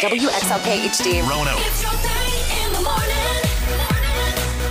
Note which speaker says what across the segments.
Speaker 1: WXLK HD.
Speaker 2: Rono.
Speaker 3: It's your thing in the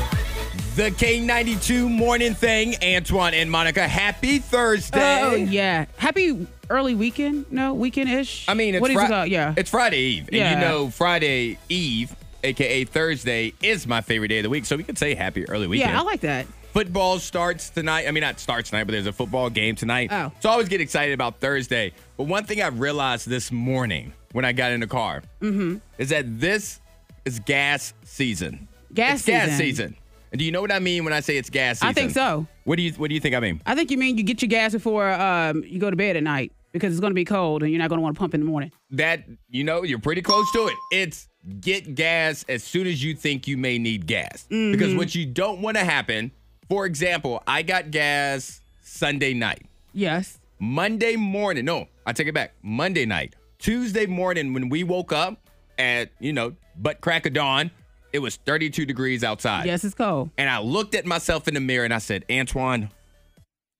Speaker 3: morning.
Speaker 4: The K92 morning thing, Antoine and Monica. Happy Thursday.
Speaker 5: Oh yeah. Happy early weekend. No weekend ish.
Speaker 4: I mean, it's,
Speaker 5: what is
Speaker 4: Fri-
Speaker 5: it called? Yeah.
Speaker 4: it's Friday Eve. And
Speaker 5: Yeah.
Speaker 4: you know, Friday Eve, aka Thursday, is my favorite day of the week. So we could say happy early weekend.
Speaker 5: yeah. I like that.
Speaker 4: Football starts tonight. I mean, not starts tonight, but there's a football game tonight.
Speaker 5: Oh.
Speaker 4: So I always get excited about Thursday. But one thing I realized this morning when I got in the car
Speaker 5: Mm-hmm.
Speaker 4: is that this is gas season.
Speaker 5: Gas
Speaker 4: It's gas
Speaker 5: season.
Speaker 4: season. And do you know what I mean when I say it's gas season?
Speaker 5: I think so.
Speaker 4: What do you What do you think I mean?
Speaker 5: I think you mean you get your gas before um, you go to bed at night because it's going to be cold and you're not going to want to pump in the morning.
Speaker 4: That you know you're pretty close to it. It's get gas as soon as you think you may need gas because what you don't want to happen. For example, I got gas Sunday night.
Speaker 5: Yes.
Speaker 4: Monday morning. No, I take it back. Monday night. Tuesday morning when we woke up at, you know, butt crack of dawn, it was 32 degrees outside.
Speaker 5: Yes, it's cold.
Speaker 4: And I looked at myself in the mirror and I said, Antoine,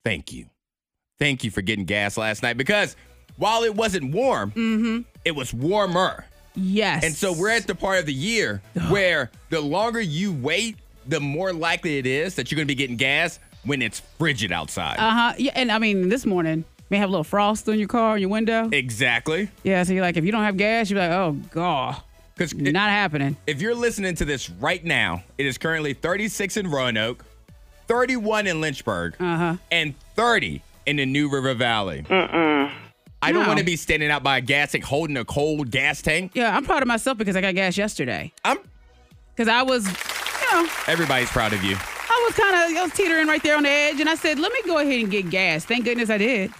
Speaker 4: thank you. Thank you for getting gas last night because while it wasn't warm, it was warmer.
Speaker 5: Yes.
Speaker 4: And so we're at the part of the year where the longer you wait, the more likely it is that you're going to be getting gas when it's frigid outside.
Speaker 5: Uh huh. Yeah. And I mean, this morning may have a little frost on your car, on your window.
Speaker 4: exactly.
Speaker 5: yeah. So you're like, if you don't have gas, you're like, oh god,
Speaker 4: Because
Speaker 5: not happening.
Speaker 4: If you're listening to this right now, it is currently 36 in Roanoke, 31 in Lynchburg,
Speaker 5: Uh-huh.
Speaker 4: and 30 in the New River Valley. Mm-mm. I don't
Speaker 5: No.
Speaker 4: want to be standing out by a gas tank holding a cold gas tank.
Speaker 5: Yeah, I'm proud of myself because I got gas yesterday.
Speaker 4: I'm
Speaker 5: Because I was, you know,
Speaker 4: everybody's proud of you.
Speaker 5: I was kind of I was teetering right there on the edge, and I said, "Let me go ahead and get gas." Thank goodness I did.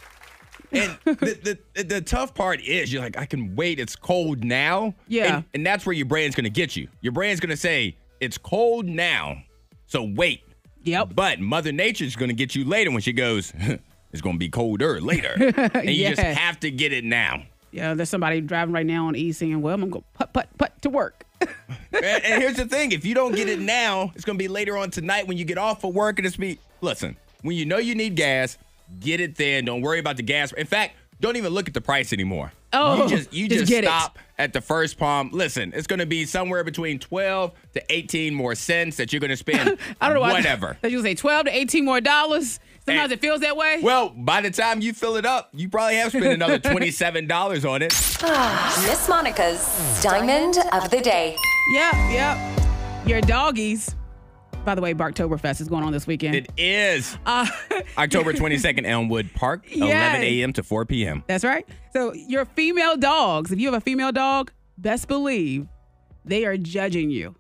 Speaker 4: And the, the the tough part is you're like, I can wait, it's cold now.
Speaker 5: Yeah.
Speaker 4: And, and that's where your brain's gonna get you. Your brain's gonna say, It's cold now, so wait.
Speaker 5: Yep.
Speaker 4: But Mother Nature's going to get you later when she goes, it's going to be colder later. and you just
Speaker 5: Yes.
Speaker 4: have to get it now.
Speaker 5: Yeah, there's somebody driving right now on E saying, "Well, I'm gonna go put put put to work."
Speaker 4: and, and here's the thing if you don't get it now, it's going to be later on tonight when you get off of work and it's be. Listen, when you know you need gas, get it then. Don't worry about the gas. In fact, don't even look at the price anymore.
Speaker 5: Oh,
Speaker 4: you just you
Speaker 5: just
Speaker 4: just,
Speaker 5: get it.
Speaker 4: stop at the first pump. Listen, it's going to be somewhere between 12 to 18 more cents that you're going to spend.
Speaker 5: I don't know why.
Speaker 4: Whatever.
Speaker 5: That you say twelve to eighteen more dollars. Sometimes
Speaker 4: Hey.
Speaker 5: it feels that way.
Speaker 4: Well, by the time you fill it up, you probably have spent another $27 on it.
Speaker 1: Ah, Miss Monica's Diamond of the Day.
Speaker 5: yep, yep. Your doggies. By the way, Barktoberfest is going on this weekend.
Speaker 4: It is
Speaker 5: Uh,
Speaker 4: October 22nd, Elmwood Park, 11 a.m. to 4 p.m.
Speaker 5: That's right. So your female dogs, if you have a female dog, best believe they are judging you.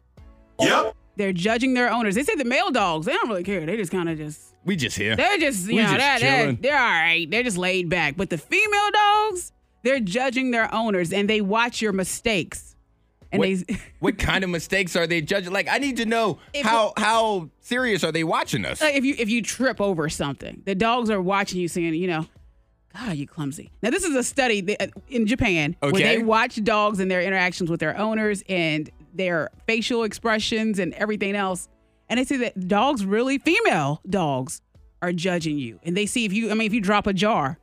Speaker 2: Yep.
Speaker 5: They're judging their owners. They say the male dogs, they don't really care. They just kind of just
Speaker 4: We just here.
Speaker 5: They're just, you
Speaker 4: We
Speaker 5: know,
Speaker 4: just
Speaker 5: that, that-
Speaker 4: chilling.
Speaker 5: they're all right. They're just laid back. But the female dogs, they're judging their owners and they watch your mistakes. And
Speaker 4: what,
Speaker 5: they,
Speaker 4: what kind of mistakes are they judging? Like, I need to know
Speaker 5: If-
Speaker 4: how how serious are they watching us?
Speaker 5: like if you if you trip over something, the dogs are watching you, saying, you know, God, you clumsy. Now this is a study that, in Japan where
Speaker 4: Okay.
Speaker 5: they watch dogs and their interactions with their owners and their facial expressions and everything else, and they say that dogs really, female dogs, are judging you, and they see if you, I mean, if you drop a jar,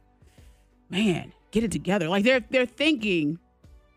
Speaker 5: man, get it together. Like they're they're thinking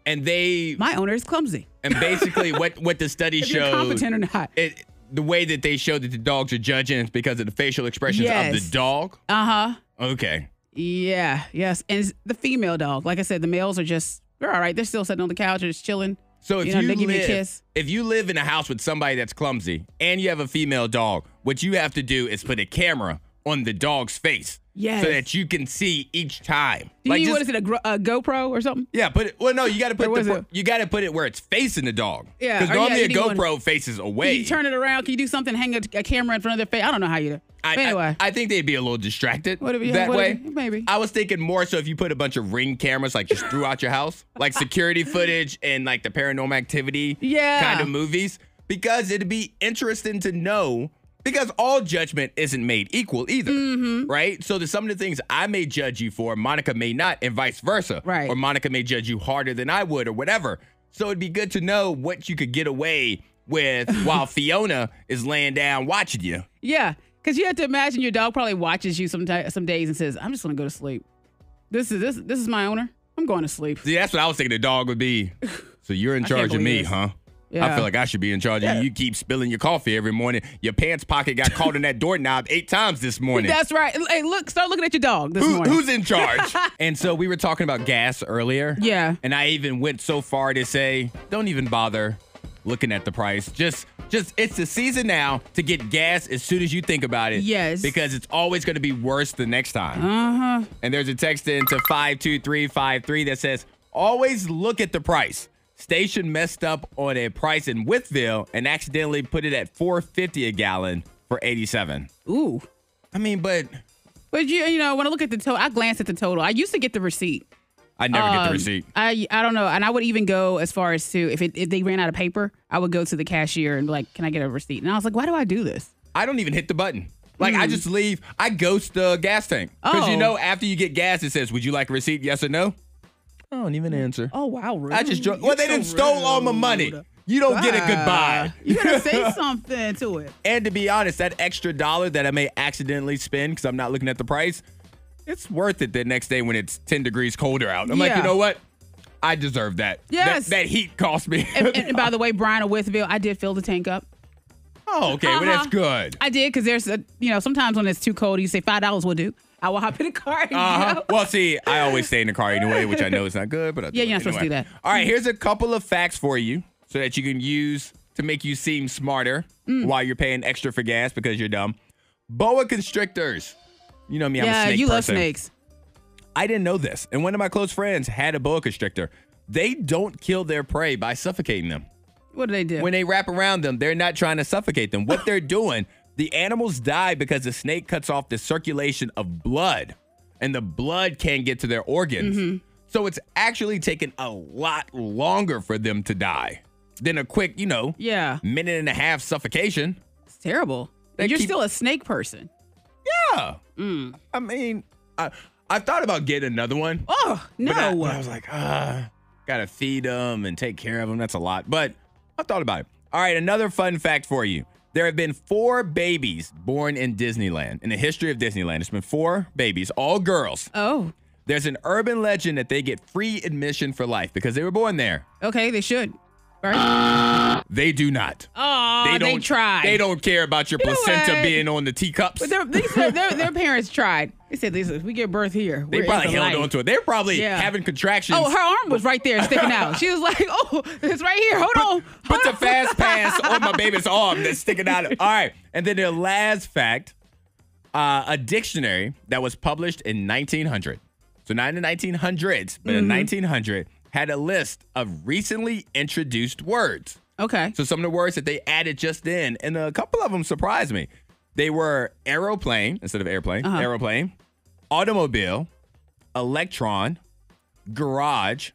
Speaker 4: And they
Speaker 5: my owner is clumsy,
Speaker 4: and basically what what the study
Speaker 5: if you're
Speaker 4: showed
Speaker 5: competent or not.
Speaker 4: it the way that they showed that the dogs are judging is because of the facial expressions of
Speaker 5: Yes.
Speaker 4: the dog.
Speaker 5: Uh huh.
Speaker 4: Okay.
Speaker 5: Yeah, yes. And it's the female dog, like I said, the males are just they're all right. They're still sitting on the couch, just chilling.
Speaker 4: So if
Speaker 5: You
Speaker 4: you,
Speaker 5: know, they give
Speaker 4: live,
Speaker 5: you a kiss.
Speaker 4: if you live in a house with somebody that's clumsy and you have a female dog, what you have to do is put a camera on the dog's face,
Speaker 5: Yes.
Speaker 4: so that you can see each time.
Speaker 5: Do you need, what is it, a, gro- a GoPro or something?
Speaker 4: Yeah, put it. Well, no, you got to put
Speaker 5: Or
Speaker 4: the,
Speaker 5: was
Speaker 4: pro-
Speaker 5: it-
Speaker 4: you got to put it where it's facing the dog.
Speaker 5: Yeah,
Speaker 4: because
Speaker 5: or yeah,
Speaker 4: normally
Speaker 5: you
Speaker 4: a
Speaker 5: need one-
Speaker 4: GoPro faces
Speaker 5: Can
Speaker 4: away.
Speaker 5: you turn it around? Can you do something? Hang a, a camera in front of their face? I don't know how you do.
Speaker 4: I,
Speaker 5: But
Speaker 4: I-
Speaker 5: anyway,
Speaker 4: I, think they'd be a little distracted
Speaker 5: What if- yeah,
Speaker 4: that
Speaker 5: what
Speaker 4: way.
Speaker 5: if- maybe.
Speaker 4: I was thinking more so if you put a bunch of ring cameras like just throughout your house, like security footage and like the paranormal activity
Speaker 5: Yeah.
Speaker 4: kind of movies, because it'd be interesting to know because all judgment isn't made equal either,
Speaker 5: Mm-hmm.
Speaker 4: right? So there's some of the things I may judge you for, Monica may not, and vice versa,
Speaker 5: Right.
Speaker 4: Or Monica may judge you harder than I would, or whatever. So it'd be good to know what you could get away with while Fiona is laying down watching you.
Speaker 5: yeah, because you have to imagine your dog probably watches you some some days and says, "I'm just gonna go to sleep. This is this this is my owner. I'm going to sleep."
Speaker 4: See, that's what I was thinking. The dog would be. So you're in
Speaker 5: can't
Speaker 4: charge of
Speaker 5: believe
Speaker 4: me,
Speaker 5: this.
Speaker 4: huh? I
Speaker 5: Yeah.
Speaker 4: feel like I should be in charge of you. You keep spilling your coffee every morning. Your pants pocket got caught in that doorknob eight times this morning.
Speaker 5: That's right. Hey, look, start looking at your dog this
Speaker 4: Who-
Speaker 5: morning.
Speaker 4: who's in charge? and so we were talking about gas earlier.
Speaker 5: Yeah.
Speaker 4: And I even went so far to say, don't even bother looking at the price. Just just it's the season now to get gas as soon as you think about it.
Speaker 5: Yes.
Speaker 4: Because it's always gonna be worse the next time. Uh-huh. And there's a text into five two three five three that says, always look at the price. Station messed up on a price in Whitville and accidentally put it at 450 a gallon for 87.
Speaker 5: Ooh.
Speaker 4: I mean, but
Speaker 5: But you, you know, when I look at the total, I glance at the total. I used to get the receipt.
Speaker 4: I never get the
Speaker 5: Um,
Speaker 4: receipt.
Speaker 5: I I don't know, and I would even go as far as to if it, if they ran out of paper, I would go to the cashier and be like, "Can I get a receipt?" And I was like, "Why do I do this?"
Speaker 4: I don't even hit the button. Like I just leave. I ghost the gas tank because you
Speaker 5: Oh.
Speaker 4: know after you get gas, it says, "Would you like a receipt? Yes or no." I don't even answer.
Speaker 5: Oh wow, rude.
Speaker 4: I just dro- well, they didn't stole all my money. You don't get a goodbye.
Speaker 5: You gotta say something to it.
Speaker 4: And to be honest, that extra dollar that I may accidentally spend because I'm not looking at the price, it's worth it the next day when it's 10 degrees colder out. I'm like, you
Speaker 5: Yeah.
Speaker 4: know what? I deserve that. That-
Speaker 5: Yes.
Speaker 4: That, heat cost me.
Speaker 5: And, and- and by the way, Brian of Withville, I did fill the tank up.
Speaker 4: oh, okay. Well, that's
Speaker 5: Uh-huh.
Speaker 4: good.
Speaker 5: I did because there's a you know sometimes when it's too cold, you say five dollars will do. I will hop in the car. And
Speaker 4: Uh-huh.
Speaker 5: go.
Speaker 4: Well, see, I always stay in the car anyway, which I know is not good, but I do
Speaker 5: Yeah,
Speaker 4: it
Speaker 5: you're not supposed to
Speaker 4: anyway.
Speaker 5: do that.
Speaker 4: All right, here's a couple of facts for you so that you can use to make you seem smarter
Speaker 5: Mm.
Speaker 4: while you're paying extra for gas because you're dumb. Boa constrictors. You know me, I'm a
Speaker 5: Yeah,
Speaker 4: snake
Speaker 5: you love
Speaker 4: person.
Speaker 5: snakes.
Speaker 4: I didn't know this. And one of my close friends had a boa constrictor. They don't kill their prey by suffocating them.
Speaker 5: What do they do?
Speaker 4: When they wrap around them, they're not trying to suffocate them. What they're doing, the animals die because the snake cuts off the circulation of blood, and the blood can't get to their organs. So it's actually taking a lot longer for them to die than a quick, you know,
Speaker 5: yeah,
Speaker 4: minute and a half suffocation.
Speaker 5: it's terrible.
Speaker 4: They
Speaker 5: You're
Speaker 4: keep-
Speaker 5: still a snake person.
Speaker 4: Yeah. I mean, I, I thought about getting another one.
Speaker 5: Oh no!
Speaker 4: But I, but I was like, ah, gotta feed them and take care of them. That's a lot. But I thought about it. All right, another fun fact for you. There have been four babies born in Disneyland. In the history of Disneyland, it's been four babies, all girls.
Speaker 5: oh,
Speaker 4: There's an urban legend that they get free admission for life because they were born there.
Speaker 5: okay. They should. Right?
Speaker 4: They do not.
Speaker 5: Oh, they, tried.
Speaker 4: They don't care about your
Speaker 5: You know
Speaker 4: placenta
Speaker 5: what?
Speaker 4: being on the teacups.
Speaker 5: But their, they said their, their parents tried. They said, "Listen, if we get birth here,
Speaker 4: they
Speaker 5: we're
Speaker 4: probably
Speaker 5: into
Speaker 4: held
Speaker 5: life."
Speaker 4: onto it. They're probably
Speaker 5: Yeah.
Speaker 4: having contractions.
Speaker 5: Oh, her arm was right there sticking out. She was like, "Oh, it's right here. Hold on."
Speaker 4: Put
Speaker 5: Hold
Speaker 4: the
Speaker 5: on."
Speaker 4: fast pass on my baby's arm that's sticking out. All right. And then the last fact uh, a dictionary that was published in 1900. So not in the 1900s, but in 1900 had a list of recently introduced words.
Speaker 5: Okay.
Speaker 4: So some of the words that they added just then, and a couple of them surprised me. They were aeroplane instead of airplane,
Speaker 5: Uh-huh.
Speaker 4: aeroplane, automobile, electron, garage,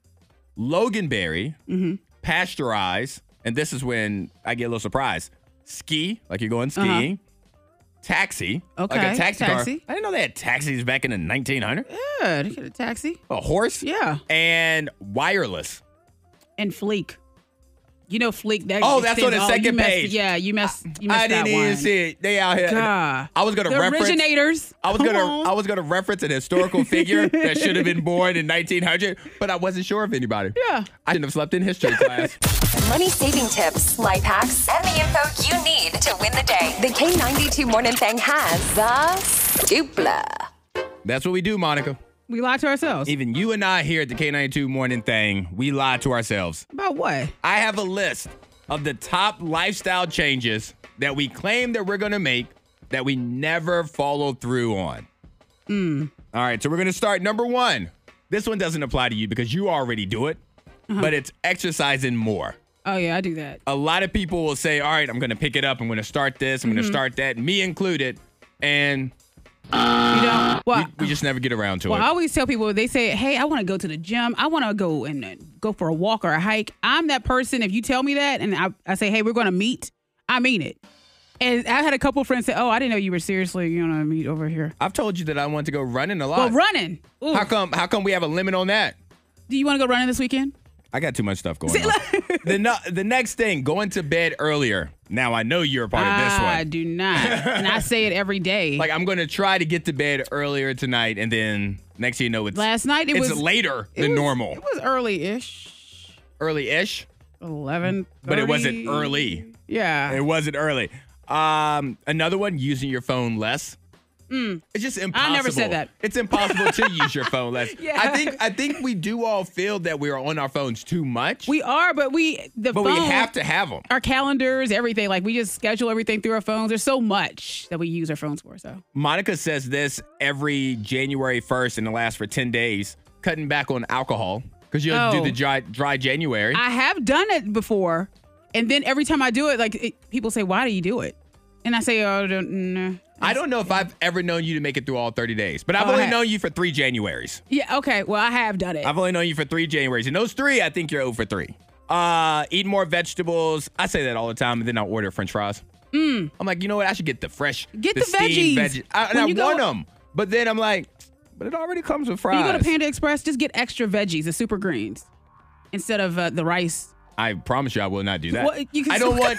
Speaker 4: Loganberry,
Speaker 5: Mm-hmm.
Speaker 4: pasteurize, and this is when I get a little surprised. Ski, like you're going skiing. Taxi, like
Speaker 5: Uh-huh. Okay,
Speaker 4: a taxi,
Speaker 5: taxi.
Speaker 4: car. I didn't know they had taxis back in the 1900.
Speaker 5: Yeah, they get a taxi.
Speaker 4: A horse,
Speaker 5: Yeah,
Speaker 4: and wireless.
Speaker 5: and Fleek. You know Fleek. That
Speaker 4: Oh, that's on
Speaker 5: extends
Speaker 4: the
Speaker 5: all- you
Speaker 4: second
Speaker 5: messed-
Speaker 4: page.
Speaker 5: Yeah, you messed. You messed
Speaker 4: I didn't
Speaker 5: that
Speaker 4: even
Speaker 5: one.
Speaker 4: see it. They out here.
Speaker 5: God.
Speaker 4: I was gonna
Speaker 5: the
Speaker 4: reference.
Speaker 5: originators.
Speaker 4: I was
Speaker 5: Come
Speaker 4: gonna
Speaker 5: on.
Speaker 4: I was gonna reference an historical figure that should have been born in 1900, but I wasn't sure of anybody.
Speaker 5: Yeah.
Speaker 4: I shouldn't have slept in history class.
Speaker 1: Money saving tips, life hacks, and the info you need to win the day. The K92 Morning Thing has the dupla.
Speaker 4: That's what we do, Monica.
Speaker 5: we lied to ourselves
Speaker 4: Even you and I here at the K92 Morning Thing, we lie to ourselves.
Speaker 5: about what?
Speaker 4: I have a list of the top lifestyle changes that we claim that we're gonna make that we never follow through on. All right, so we're gonna start number one. This one doesn't apply to you because you already do it, but it's exercising more.
Speaker 5: Oh yeah, I do that.
Speaker 4: a lot of people will say, "All right, I'm going to pick it up. I'm going to start this. I'm going
Speaker 5: Mm-hmm.
Speaker 4: to start that," me included, and
Speaker 5: You don't.
Speaker 4: we,
Speaker 5: Well,
Speaker 4: we just never get around to
Speaker 5: Well,
Speaker 4: it.
Speaker 5: I always tell people they say, "Hey, I want to go to the gym. I want to go and uh, go for a walk or a hike." I'm that person. If you tell me that, and I, I say, "Hey, we're going to meet," I mean it. And I had a couple friends say, "Oh, I didn't know you were seriously going to meet over here."
Speaker 4: I've told you that I want to go running a
Speaker 5: Well,
Speaker 4: lot.
Speaker 5: running. Ooh.
Speaker 4: How come? How come we have a limit on that?
Speaker 5: Do you want to go running this weekend?
Speaker 4: I got too much stuff going on. the no- the next thing, going to bed earlier. Now I know you're a part of this
Speaker 5: I
Speaker 4: one.
Speaker 5: do not, and I say it every day.
Speaker 4: Like I'm going to try to get to bed earlier tonight, and then next thing you know, it's
Speaker 5: Last night, it
Speaker 4: it's
Speaker 5: was-
Speaker 4: later
Speaker 5: It
Speaker 4: than
Speaker 5: was-
Speaker 4: normal.
Speaker 5: It was early-ish.
Speaker 4: early ish,
Speaker 5: 11.
Speaker 4: but it wasn't early.
Speaker 5: Yeah.
Speaker 4: It wasn't early. Um, another one using your phone less. It's just impossible.
Speaker 5: Hmm. never said that.
Speaker 4: It's impossible to use your phone less.
Speaker 5: Yeah.
Speaker 4: I think I think we do all feel that we are on our phones too much.
Speaker 5: we are, but we, the
Speaker 4: but
Speaker 5: phone,
Speaker 4: we have to have them.
Speaker 5: our calendars, everything. Like we just schedule everything through our phones. There's so much that we use our phones for. So
Speaker 4: Monica says this every January 1st and it lasts for 10 days, cutting back on alcohol because you'll do
Speaker 5: Oh.
Speaker 4: the dry, dry January.
Speaker 5: I have done it before. And then every time I do it, like it, people say, why do you do it? And I say, oh, I don't know.
Speaker 4: I don't know if I've ever known you to make it through all 30 days, but I've
Speaker 5: Oh, I
Speaker 4: only
Speaker 5: have.
Speaker 4: known you for three Januaries.
Speaker 5: Yeah. Okay. Well, I have done it.
Speaker 4: I've only known you for three Januaries. And those three, I think you're 0 for 3. Uh, eat more vegetables. I say that all the time, and then I'll order french fries. I'm like, you know what? I should get the fresh,
Speaker 5: Mm. Get the
Speaker 4: steamed
Speaker 5: veggies.
Speaker 4: veggies. I, and
Speaker 5: When
Speaker 4: I
Speaker 5: you go-
Speaker 4: want them. But then I'm like, but it already comes with
Speaker 5: When
Speaker 4: fries.
Speaker 5: you go to Panda Express, just get extra veggies, the super greens, instead of uh, the rice.
Speaker 4: I promise you, I will not do that.
Speaker 5: What- you can-
Speaker 4: I don't want.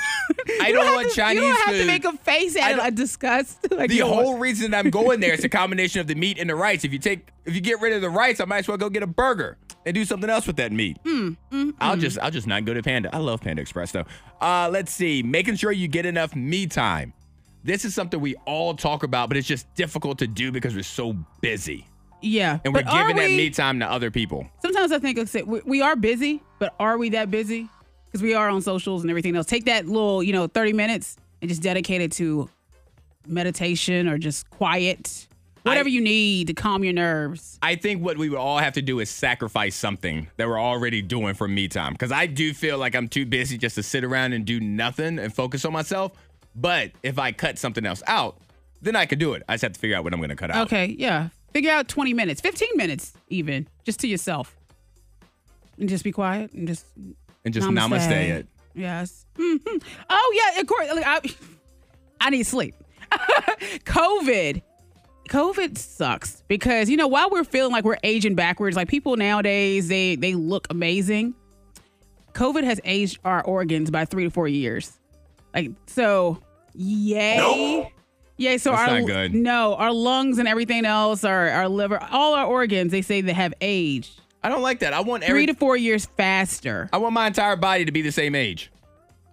Speaker 4: I
Speaker 5: You
Speaker 4: don't
Speaker 5: have
Speaker 4: want
Speaker 5: to-
Speaker 4: Chinese
Speaker 5: You don't have
Speaker 4: food.
Speaker 5: to make a face
Speaker 4: I
Speaker 5: at
Speaker 4: don't-
Speaker 5: a disgust. Like
Speaker 4: the
Speaker 5: you don't want-
Speaker 4: whole reason I'm going there is a combination of the meat and the rice. If you take, if you get rid of the rice, I might as well go get a burger and do something else with that meat.
Speaker 5: Hmm, mm,
Speaker 4: I'll just, I'll just not go to Panda. I love Panda Express though. Uh, let's see, making sure you get enough me time. This is something we all talk about, but it's just difficult to do because we're so busy
Speaker 5: yeah,
Speaker 4: and we're
Speaker 5: But are
Speaker 4: giving that
Speaker 5: we-
Speaker 4: me time to other people.
Speaker 5: Sometimes I think like I said, we, we are busy, but are we that busy? Because we are on socials and everything else. Take that little, you know, thirty minutes and just dedicate it to meditation or just quiet, whatever
Speaker 4: I-
Speaker 5: you need to calm your nerves.
Speaker 4: I think what we would all have to do is sacrifice something that we're already doing for me time. Because I do feel like I'm too busy just to sit around and do nothing and focus on myself. But if I cut something else out, then I could do it. I just have to figure out what I'm going to cut out.
Speaker 5: Okay, yeah. Figure out twenty minutes, fifteen minutes, even just to yourself, and just be quiet and just
Speaker 4: And just namaste, it.
Speaker 5: Yes. hmm Oh yeah, of course. Look, I, I need sleep. COVID. COVID sucks because you know while we're feeling like we're aging backwards, like people nowadays they they look amazing. COVID has aged our organs by three to four years. Like so, yay. Yay, so
Speaker 4: That's
Speaker 5: our
Speaker 4: not good.
Speaker 5: no, our lungs and everything else, our our liver, all our organs, they say they have aged
Speaker 4: I don't like that. I want
Speaker 5: three
Speaker 4: every.
Speaker 5: to four years faster.
Speaker 4: I want my entire body to be the same age.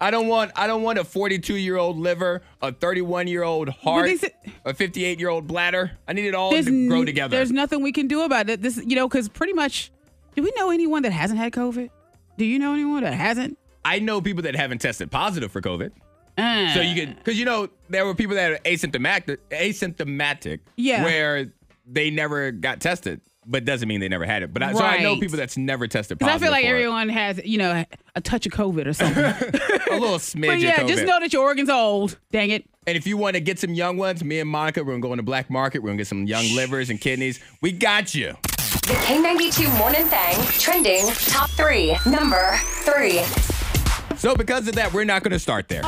Speaker 4: I don't want. I don't want a 42 year old liver, a 31 year old heart,
Speaker 5: they said-
Speaker 4: a 58 year old bladder. I need it all to grow
Speaker 5: n-
Speaker 4: together.
Speaker 5: There's nothing we can do about it. This, you know, because pretty much, do we know anyone that hasn't had COVID? Do you know anyone that hasn't?
Speaker 4: I know people that haven't tested positive for COVID.
Speaker 5: Uh,
Speaker 4: So you can, because you know there were people that are asymptomatic, asymptomatic,
Speaker 5: Yeah.
Speaker 4: where they never got tested, but doesn't mean they never had it. But I, so I know
Speaker 5: Right.
Speaker 4: people that's never tested
Speaker 5: Because
Speaker 4: positive.
Speaker 5: I feel like
Speaker 4: for it.
Speaker 5: everyone has, you know, a touch of COVID or something.
Speaker 4: a little smidge
Speaker 5: but
Speaker 4: of
Speaker 5: yeah,
Speaker 4: COVID.
Speaker 5: just know that your organ's old. Dang it.
Speaker 4: and if you want to get some young ones, me and Monica, we're gonna go in the black market. We're gonna get some young livers and kidneys. We got you.
Speaker 1: The K92 Morning Thing trending top three. Number three.
Speaker 4: So because of that, we're not gonna start there.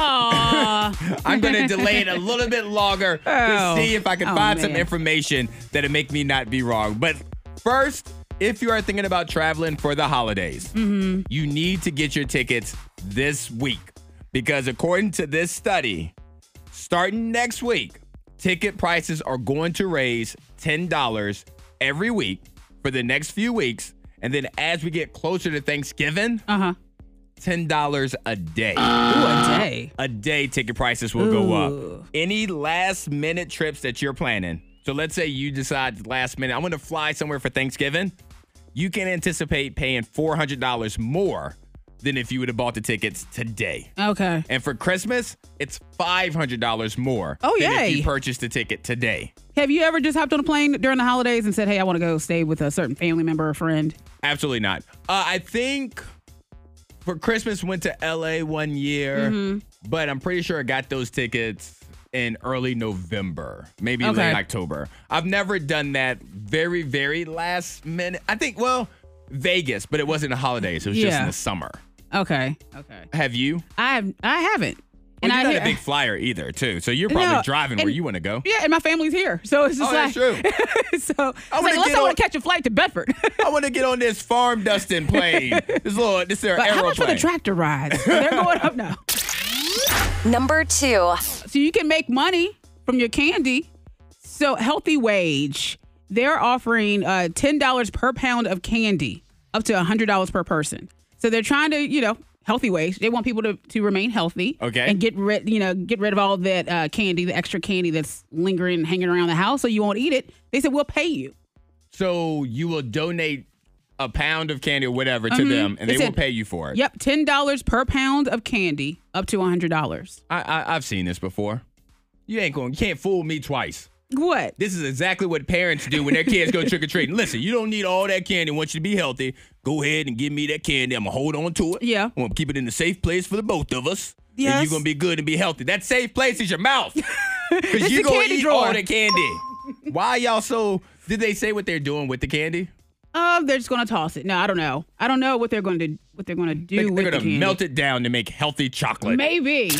Speaker 4: I'm gonna delay it a little bit longer
Speaker 5: Oh.
Speaker 4: to see if I can
Speaker 5: Oh,
Speaker 4: find some
Speaker 5: man.
Speaker 4: information that'll make me not be wrong. But first, if you are thinking about traveling for the holidays,
Speaker 5: Mm-hmm.
Speaker 4: you need to get your tickets this week because according to this study, starting next week, ticket prices are going to raise $10 every week for the next few weeks. And then as we get closer to Thanksgiving,
Speaker 5: Uh huh.
Speaker 4: $10 a day
Speaker 5: Ooh, a day.
Speaker 4: a day ticket prices will go
Speaker 5: Ooh.
Speaker 4: up. Any last minute trips that you're planning. So let's say you decide last minute, I'm going to fly somewhere for Thanksgiving. You can anticipate paying $400 more than if you would have bought the tickets today.
Speaker 5: Okay.
Speaker 4: And for Christmas, it's $500 more
Speaker 5: Oh,
Speaker 4: than if
Speaker 5: yay.
Speaker 4: you purchased the ticket today.
Speaker 5: Have you ever just hopped on a plane during the holidays and said, hey, I want to go stay with a certain family member or friend?
Speaker 4: Absolutely not. Uh, I think for Christmas went to LA one year,
Speaker 5: Mm-hmm.
Speaker 4: but I'm pretty sure I got those tickets in early November, maybe
Speaker 5: Okay.
Speaker 4: late October. I've never done that very, very last minute. I think, well, Vegas, but it wasn't the holidays. It was just in
Speaker 5: Yeah.
Speaker 4: the summer.
Speaker 5: Okay. Okay.
Speaker 4: Have you?
Speaker 5: I have, I haven't.
Speaker 4: Well, you're
Speaker 5: I
Speaker 4: not
Speaker 5: hear-
Speaker 4: a big flyer either, too. So you're probably
Speaker 5: No,
Speaker 4: driving where
Speaker 5: and-
Speaker 4: you want to go.
Speaker 5: Yeah, and my family's here, so it's just
Speaker 4: Oh, that's
Speaker 5: like
Speaker 4: true.
Speaker 5: so. it's like,
Speaker 4: wanna
Speaker 5: unless
Speaker 4: get
Speaker 5: I
Speaker 4: on-
Speaker 5: want to catch a flight to Bedford.
Speaker 4: I want to get on this farm dusting plane. This little, this their
Speaker 5: But how
Speaker 4: aeroplane.
Speaker 5: much for the tractor rides? They're going up now.
Speaker 1: Number two.
Speaker 5: So you can make money from your candy. So healthy wage. They're offering uh, ten dollars per pound of candy, up to hundred dollars per person. So So they're trying to, you know, healthy ways. They want people to, to remain healthy.
Speaker 4: Okay.
Speaker 5: And get rid, you know, get rid of all that uh, candy, the extra candy that's lingering, hanging around the house, so you won't eat it. They said we'll pay you.
Speaker 4: So you will donate a pound of candy or whatever
Speaker 5: Mm-hmm.
Speaker 4: to them, and they
Speaker 5: It's
Speaker 4: will
Speaker 5: in-
Speaker 4: pay you for it.
Speaker 5: Yep, ten dollars per pound of candy, up to hundred dollars.
Speaker 4: I, I I've seen this before. You ain't going. You can't fool me twice.
Speaker 5: What?
Speaker 4: This is exactly what parents do when their kids go trick or treating. Listen, you don't need all that candy. I want you to be healthy. Go ahead and give me that candy. I'm gonna hold on to it.
Speaker 5: Yeah.
Speaker 4: I'm gonna keep it in a safe place for the both of us. And
Speaker 5: Yes.
Speaker 4: you're gonna be good and be healthy. That safe place is your mouth. Because
Speaker 5: the
Speaker 4: you gonna
Speaker 5: candy
Speaker 4: eat
Speaker 5: drawer.
Speaker 4: all the candy. Why y'all so? Did they say what they're doing with the candy?
Speaker 5: Uh, they're just gonna toss it. No, I don't know. I don't know what they're going to what they're going to do
Speaker 4: They, are
Speaker 5: with
Speaker 4: gonna
Speaker 5: the candy.
Speaker 4: melt it down to make healthy chocolate.
Speaker 5: Maybe.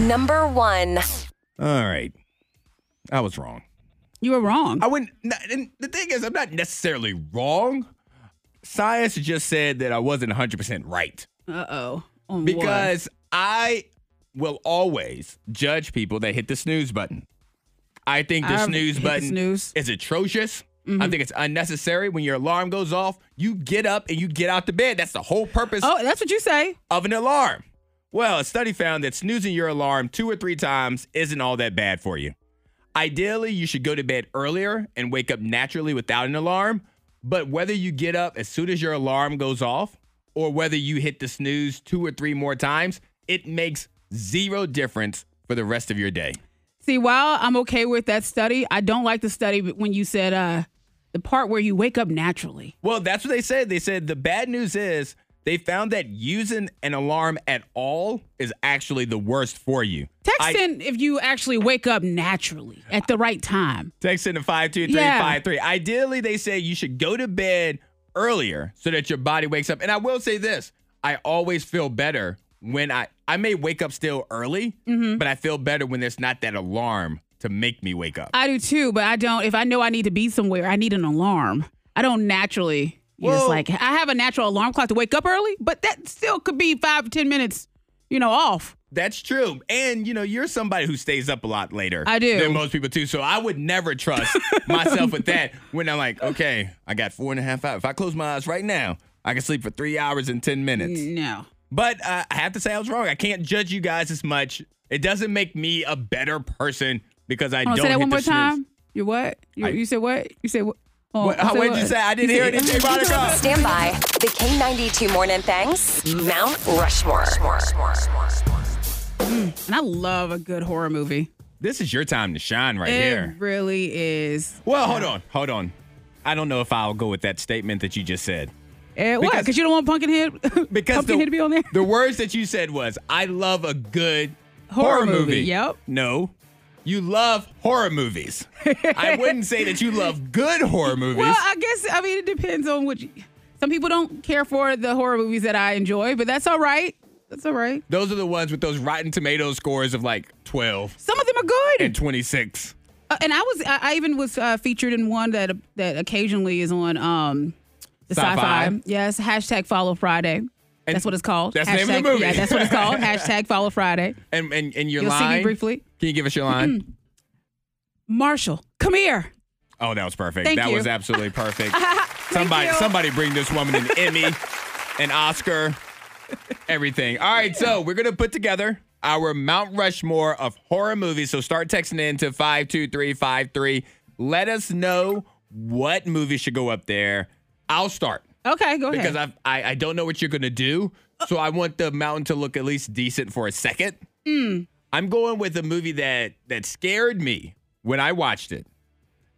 Speaker 1: Number one.
Speaker 4: all right. I was wrong.
Speaker 5: You were wrong.
Speaker 4: I wouldn't. n- And the thing is, I'm not necessarily wrong. Science just said that I wasn't 100% right
Speaker 5: Uh oh. On what?
Speaker 4: because I will always judge people that hit the snooze button. I think the
Speaker 5: I've
Speaker 4: snooze Mm-hmm.
Speaker 5: hit the
Speaker 4: button
Speaker 5: snooze.
Speaker 4: is atrocious. I think it's unnecessary. When your alarm goes off, you get up and you get out the bed. That's the whole purpose
Speaker 5: Oh, that's what you say.
Speaker 4: of an alarm. Well, a study found that snoozing your alarm two or three times isn't all that bad for you. Ideally, you should go to bed earlier and wake up naturally without an alarm. But whether you get up as soon as your alarm goes off or whether you hit the snooze two or three more times, it makes zero difference for the rest of your day.
Speaker 5: See, while I'm okay with that study, I don't like the study when you said uh the part where you wake up naturally.
Speaker 4: Well, that's what they said. They said the bad news is they found that using an alarm at all is actually the worst for you. I-
Speaker 5: Texting if you actually wake up naturally at the right time.
Speaker 4: Text in to 52353. Ideally, they say you should go to bed earlier so that your body wakes up. And I will say this I always feel better when I, I may wake up still early,
Speaker 5: Mm-hmm.
Speaker 4: but I feel better when there's not that alarm to make me wake up.
Speaker 5: I do too, but I don't. If I know I need to be somewhere, I need an alarm. I don't naturally. you just
Speaker 4: Well-
Speaker 5: like I have a natural alarm clock to wake up early, but that still could be five ten minutes, you know, off.
Speaker 4: That's true. And, you know, you're somebody who stays up a lot later.
Speaker 5: I do.
Speaker 4: Than most people, too. So I would never trust myself with that when I'm like, okay, I got four and a half hours. If I close my eyes right now, I can sleep for three hours and 10 minutes.
Speaker 5: No.
Speaker 4: But uh, I have to say, I was wrong. I can't judge you guys as much. It doesn't make me a better person because I
Speaker 5: Hold
Speaker 4: don't
Speaker 5: on, Oh, say that
Speaker 4: hit
Speaker 5: one
Speaker 4: the
Speaker 5: more
Speaker 4: snooze.
Speaker 5: time. You what? You,
Speaker 4: I-
Speaker 5: you said what? You said what? Oh,
Speaker 4: What, how, what did uh, you say? I didn't hear
Speaker 5: said-
Speaker 4: anything, Monica.
Speaker 1: Stand by. The K92 Morning Thangs, Mount Rushmore.
Speaker 5: And I love a good horror movie.
Speaker 4: This is your time to shine right here.
Speaker 5: It really is.
Speaker 4: Well, hold on. Hold on. I don't know if I'll go with that statement that you just said.
Speaker 5: It, Eh, what?
Speaker 4: Because-
Speaker 5: Because you don't want Pumpkinhead.
Speaker 4: Because
Speaker 5: Pumpkinhead to be on there.
Speaker 4: the words that you said was, I love a good horror,
Speaker 5: Horror
Speaker 4: movie.
Speaker 5: movie, yep.
Speaker 4: No. You love horror movies. I wouldn't say that you love good horror movies.
Speaker 5: Well, I guess I mean it depends on what. You, some people don't care for the horror movies that I enjoy, but that's all right. That's all right.
Speaker 4: Those are the ones with those Rotten Tomato scores of like 12
Speaker 5: Some of them are good,
Speaker 4: and 26.
Speaker 5: Uh, and I was I, I even was uh, featured in one that that occasionally is on um the
Speaker 4: Sci-fi.
Speaker 5: sci-fi. Yes, hashtag Follow Friday. that's what it's called.
Speaker 4: that's the
Speaker 5: hashtag,
Speaker 4: name of the movie.
Speaker 5: Yeah, that's what it's called. hashtag Follow Friday.
Speaker 4: And and, and your
Speaker 5: You'll see me
Speaker 4: line.
Speaker 5: briefly. Mm-hmm.
Speaker 4: Can you give us your line?
Speaker 5: Marshall, come here.
Speaker 4: Oh, that was perfect.
Speaker 5: Thank
Speaker 4: that
Speaker 5: you.
Speaker 4: was absolutely perfect. somebody
Speaker 5: you.
Speaker 4: somebody bring this woman an Emmy, an Oscar, everything. All right, so we're going to put together our Mount Rushmore of horror movies. So start texting in to 52353. Let us know what movie should go up there. I'll start.
Speaker 5: Okay, go ahead.
Speaker 4: because I've, I I don't know what you're gonna do. So I want the mountain to look at least decent for a second.
Speaker 5: Hmm.
Speaker 4: I'm going with a movie that that scared me when I watched it,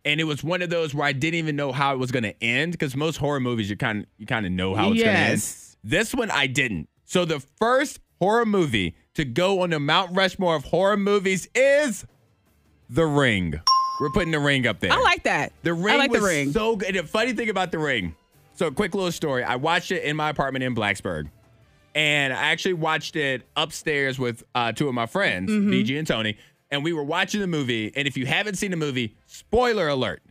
Speaker 4: and it was one of those where I didn't even know how it was gonna end because most horror movies you kind of you kind of know how it's
Speaker 5: Yes.
Speaker 4: gonna end. This one I didn't. So the first horror movie to go on the Mount Rushmore of horror movies is The Ring. We're putting The Ring up there.
Speaker 5: I like that.
Speaker 4: The ring
Speaker 5: I like
Speaker 4: was
Speaker 5: the ring.
Speaker 4: so good. And the funny thing about the ring. So, a quick little story. I watched it in my apartment in Blacksburg, and I actually watched it upstairs with uh, two of my friends,
Speaker 5: Mm-hmm.
Speaker 4: BG and Tony, and we were watching the movie. And if you haven't seen the movie, spoiler alert: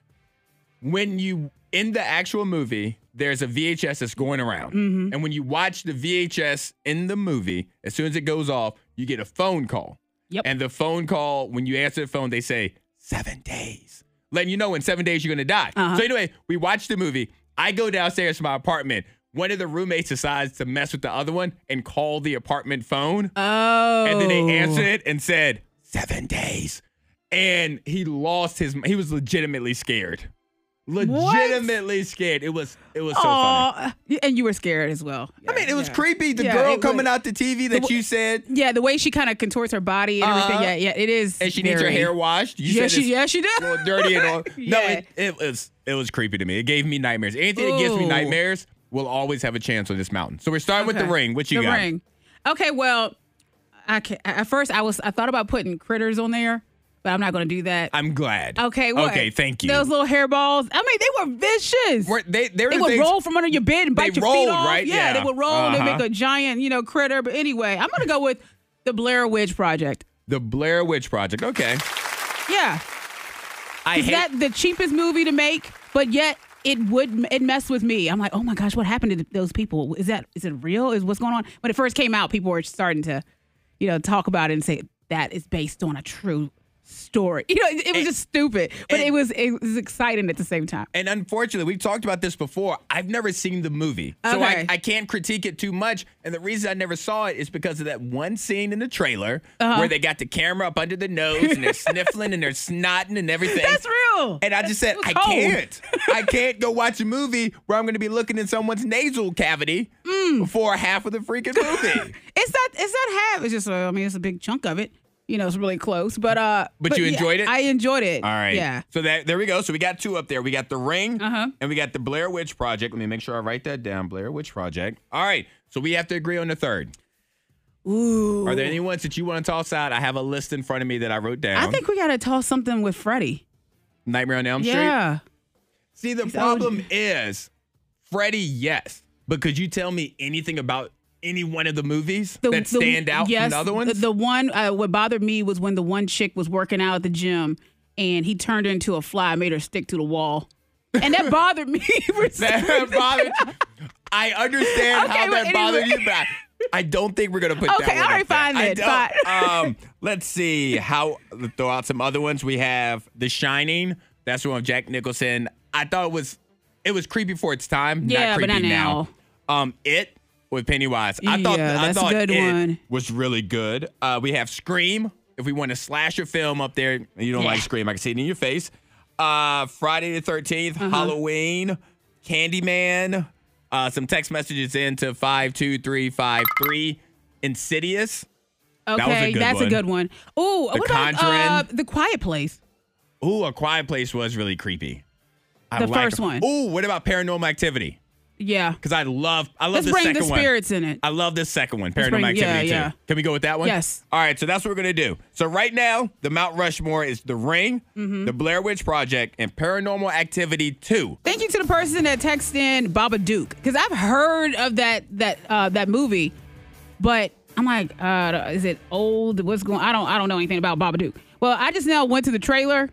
Speaker 4: when you in the actual movie, there's a VHS that's going around, and when you watch the VHS in the movie, as soon as it goes off, you get a phone call.
Speaker 5: Yep.
Speaker 4: And the phone call, when you answer the phone, they say seven days, letting you know in seven days you're gonna die. So anyway, we watched the movie. I go downstairs to my apartment. one of the roommates decides to mess with the other one and call the apartment phone.
Speaker 5: Oh.
Speaker 4: And then they answered it and said, seven days. And he lost his, he was legitimately scared. Legitimately scared. It was, it was so funny.
Speaker 5: Aw. And you were scared as well.
Speaker 4: I mean, it was
Speaker 5: Yeah.
Speaker 4: creepy. The
Speaker 5: Yeah,
Speaker 4: girl
Speaker 5: it
Speaker 4: coming
Speaker 5: was.
Speaker 4: out the TV that you said,
Speaker 5: Yeah, the way she kind of contorts her body and
Speaker 4: Uh-huh.
Speaker 5: everything. Yeah, yeah, it is.
Speaker 4: and she needs her
Speaker 5: very-
Speaker 4: hair washed. You
Speaker 5: Yeah,
Speaker 4: said
Speaker 5: she,
Speaker 4: it's
Speaker 5: yeah, she did.
Speaker 4: a little dirty and all. No,
Speaker 5: Yeah.
Speaker 4: it, it was it was creepy to me. It gave me nightmares. Anything that gives me
Speaker 5: Ooh.
Speaker 4: nightmares will always have a chance on this mountain. So we're starting with
Speaker 5: Okay.
Speaker 4: the ring. What you
Speaker 5: the
Speaker 4: got?
Speaker 5: ring. Okay, well, I can, at first I was I thought about putting critters on there, but I'm not going to do that.
Speaker 4: I'm glad.
Speaker 5: okay, what?
Speaker 4: Okay, thank you.
Speaker 5: Those little hairballs. I mean, they were vicious.
Speaker 4: Were- they they, were
Speaker 5: they
Speaker 4: the
Speaker 5: would
Speaker 4: things-
Speaker 5: roll from under your bed and
Speaker 4: They
Speaker 5: bite your
Speaker 4: rolled,
Speaker 5: feet off.
Speaker 4: right?
Speaker 5: Yeah,
Speaker 4: Yeah.
Speaker 5: they would roll. and They
Speaker 4: Uh-huh.
Speaker 5: make a giant, you know, critter. But anyway, I'm going to go with the Blair Witch Project.
Speaker 4: The Blair Witch Project. Okay.
Speaker 5: Yeah,
Speaker 4: I
Speaker 5: is
Speaker 4: hate
Speaker 5: that the cheapest movie to make? But yet it would it messed with me. I'm like, oh my gosh, what happened to th- those people? Is that is it real? Is what's going on? When it first came out, people were starting to, you know, talk about it and say that is based on a true story. You know, it, it was just stupid, but it was it was exciting at the same time.
Speaker 4: and unfortunately, we've talked about this before. I've never seen the movie. So I,
Speaker 5: Okay.
Speaker 4: I can't critique it too much. And the reason I never saw it is because of that one scene in the trailer
Speaker 5: Uh-huh.
Speaker 4: where they got the camera up under the nose and they're sniffling and they're snotting and everything.
Speaker 5: That's real.
Speaker 4: And I just said,
Speaker 5: It was
Speaker 4: I
Speaker 5: cold.
Speaker 4: can't. I can't go watch a movie where I'm going to be looking in someone's nasal cavity
Speaker 5: Mm.
Speaker 4: for half of the freaking movie.
Speaker 5: It's not it's not half. It's just uh, I mean, it's a big chunk of it. You know, it's really close, but uh,
Speaker 4: But you
Speaker 5: yeah,
Speaker 4: enjoyed it?
Speaker 5: I enjoyed it.
Speaker 4: All right.
Speaker 5: yeah. Uh-huh.
Speaker 4: So that there we go. So we got two up there. We got the Ring, and we got the Blair Witch Project. Let me make sure I write that down. Blair Witch Project. All right. So we have to agree on the third.
Speaker 5: Ooh,
Speaker 4: Are there any ones that you want to toss out? I have a list in front of me that I wrote down.
Speaker 5: I think we gotta toss something with Freddie.
Speaker 4: Nightmare on Elm Street.
Speaker 5: Yeah.
Speaker 4: See, the
Speaker 5: that what
Speaker 4: problem is, Freddy, yes, but could you tell me anything about any one of the movies that stand out
Speaker 5: yes,
Speaker 4: from the other ones?
Speaker 5: The, the one uh, what bothered me was when the one chick was working out at the gym and he turned her into a fly, made her stick to the wall, and that bothered me. for some
Speaker 4: that
Speaker 5: reason.
Speaker 4: bothered you. I understand
Speaker 5: Okay,
Speaker 4: how
Speaker 5: but
Speaker 4: that bothered
Speaker 5: anyway.
Speaker 4: you, but I- I don't think we're gonna put that.
Speaker 5: Okay,
Speaker 4: one
Speaker 5: all right,
Speaker 4: up there.
Speaker 5: fine
Speaker 4: I
Speaker 5: then,
Speaker 4: don't- Um, let's see how let's throw out some other ones. We have The Shining. That's the one with Jack Nicholson. I thought it was it was creepy for its time.
Speaker 5: Yeah,
Speaker 4: not
Speaker 5: but
Speaker 4: creepy
Speaker 5: not
Speaker 4: Um, it with Pennywise. I thought
Speaker 5: Yeah,
Speaker 4: I
Speaker 5: that's a
Speaker 4: thought
Speaker 5: good
Speaker 4: it
Speaker 5: one.
Speaker 4: was really good. Uh, we have Scream. If we want to slash your film up there, you don't
Speaker 5: Yeah.
Speaker 4: like Scream. I can see it in your face. Uh, Friday the 13th
Speaker 5: Mm-hmm.
Speaker 4: Halloween, Candyman. Uh, some text messages in to five two three five three. Insidious.
Speaker 5: Okay,
Speaker 4: was a good
Speaker 5: that's
Speaker 4: one.
Speaker 5: a good one. Ooh,
Speaker 4: The
Speaker 5: what about uh,
Speaker 4: Conjuring.
Speaker 5: the Quiet Place?
Speaker 4: Ooh, A Quiet Place was really creepy. I
Speaker 5: The
Speaker 4: like-
Speaker 5: first one.
Speaker 4: Ooh, what about Paranormal Activity?
Speaker 5: Yeah,
Speaker 4: Because I love, I love
Speaker 5: let's
Speaker 4: the
Speaker 5: bring
Speaker 4: second
Speaker 5: the
Speaker 4: one.
Speaker 5: spirits in it.
Speaker 4: I love this second one, Paranormal
Speaker 5: bring-
Speaker 4: Activity too.
Speaker 5: yeah, yeah.
Speaker 4: Can we go with that one?
Speaker 5: Yes.
Speaker 4: All right, so that's what we're gonna do. So right now, the Mount Rushmore is The Ring,
Speaker 5: Mm-hmm.
Speaker 4: The Blair Witch Project, and Paranormal Activity Two.
Speaker 5: Thank you to the person that texted in Baba Duke because I've heard of that that uh, that movie, but I'm like, uh, is it old? What's going? I don't I don't know anything about Baba Duke. Well, I just now went to the trailer.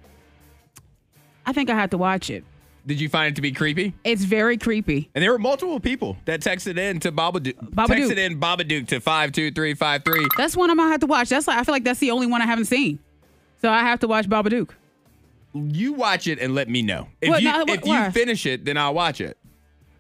Speaker 5: I think I have to watch it.
Speaker 4: Did you find it to be creepy?
Speaker 5: It's very creepy.
Speaker 4: And there were multiple people that texted in to Babadook.
Speaker 5: Babadook.
Speaker 4: Texted in Babadook to five two three five three.
Speaker 5: That's one I'm gonna have to watch. That's like I feel like that's the only one I haven't seen, so I have to watch Baba Duke.
Speaker 4: You watch it and let me know. If
Speaker 5: What,
Speaker 4: you
Speaker 5: no, what-
Speaker 4: if you
Speaker 5: why?
Speaker 4: finish it, then I'll watch it.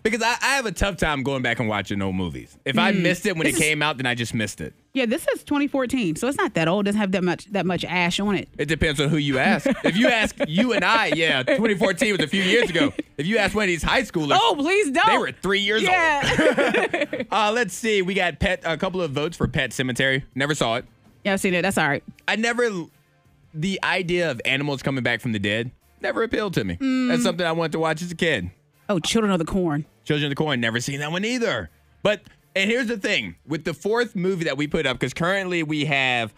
Speaker 4: Because I, I have a tough time going back and watching old movies. If I missed it when
Speaker 5: Mm. This
Speaker 4: it
Speaker 5: is-
Speaker 4: came out, then I just missed it.
Speaker 5: Yeah, this is 2014, so it's not that old. Doesn't have that much that much ash on it.
Speaker 4: It depends on who you ask. if you ask you and I, yeah, 2014 was a few years ago. If you ask one of these high schoolers,
Speaker 5: Oh, please don't.
Speaker 4: they were three years
Speaker 5: Yeah,
Speaker 4: old. Uh, let's see. We got pet a couple of votes for Pet Cemetery. Never saw it.
Speaker 5: yeah, I've seen it. That's all right.
Speaker 4: I never the idea of animals coming back from the dead never appealed to me. That's
Speaker 5: Mm.
Speaker 4: something I wanted to watch as a kid.
Speaker 5: Oh, Children of the Corn.
Speaker 4: Children of the Corn, never seen that one either. But and here's the thing with the fourth movie that we put up, because currently we have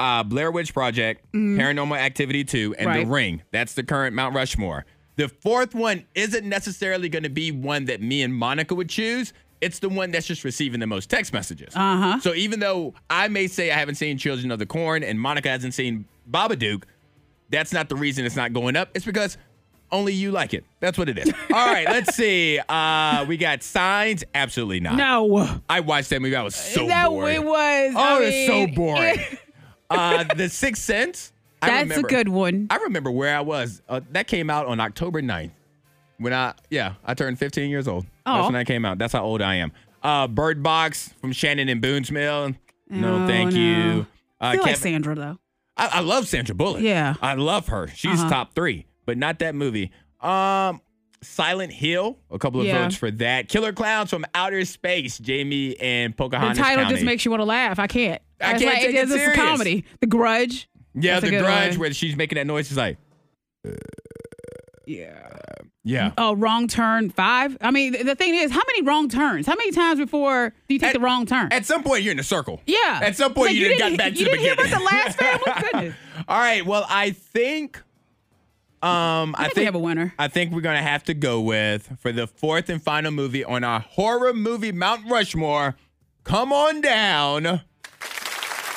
Speaker 4: uh, Blair Witch Project, Paranormal Activity 2, and
Speaker 5: Right.
Speaker 4: The Ring. That's the current Mount Rushmore. The fourth one isn't necessarily going to be one that me and Monica would choose. It's the one that's just receiving the most text messages. Uh-huh. So even though I may say I haven't seen Children of the Corn and Monica hasn't seen Babadook, that's not the reason it's not going up. It's because only you like it. That's what it is. All right, let's see. Uh, we got signs. Absolutely not.
Speaker 5: No.
Speaker 4: I watched that movie. I was so
Speaker 5: that
Speaker 4: bored.
Speaker 5: it was.
Speaker 4: Oh,
Speaker 5: I
Speaker 4: it's so
Speaker 5: mean,
Speaker 4: boring.
Speaker 5: it-
Speaker 4: uh, the Sixth Sense. I
Speaker 5: that's
Speaker 4: remember,
Speaker 5: a good one.
Speaker 4: I remember where I was. Uh, that came out on October 9th. When I yeah, I turned 15 years old.
Speaker 5: Oh.
Speaker 4: That's when I came out. That's how old I am. Uh, Bird Box from Shannon and Boonesmill. No,
Speaker 5: Oh,
Speaker 4: thank
Speaker 5: no.
Speaker 4: you. Uh,
Speaker 5: I feel like
Speaker 4: Kevin-
Speaker 5: Sandra though.
Speaker 4: I, I love Sandra Bullock.
Speaker 5: Yeah. Uh-huh.
Speaker 4: I love her. She's top three, but not that movie. Um, Silent Hill, a couple of
Speaker 5: Yeah.
Speaker 4: votes for that. Killer Clowns from Outer Space, Jamie and
Speaker 5: The
Speaker 4: Pocahontas.
Speaker 5: title
Speaker 4: County.
Speaker 5: just makes you want to laugh. I can't.
Speaker 4: I
Speaker 5: It's
Speaker 4: can't
Speaker 5: like,
Speaker 4: take it
Speaker 5: it's just a
Speaker 4: serious.
Speaker 5: comedy. The Grudge.
Speaker 4: yeah,
Speaker 5: That's a
Speaker 4: The
Speaker 5: good
Speaker 4: Grudge,
Speaker 5: one.
Speaker 4: where she's making that noise. She's like,
Speaker 5: Yeah.
Speaker 4: yeah.
Speaker 5: Oh, wrong turn five. I mean, th- the thing is, how many wrong turns? How many times before do you take
Speaker 4: At-
Speaker 5: the wrong turn?
Speaker 4: At some point, you're in a circle.
Speaker 5: yeah.
Speaker 4: At some point,
Speaker 5: Like,
Speaker 4: you, didn't
Speaker 5: didn't
Speaker 4: got back to
Speaker 5: you
Speaker 4: the
Speaker 5: didn't
Speaker 4: beginning.
Speaker 5: hear about the last family. Goodness.
Speaker 4: All right. Well, I think. Um, I
Speaker 5: think we have a winner.
Speaker 4: I think we're gonna have to go with for the fourth and final movie on our horror movie Mount Rushmore. Come on down,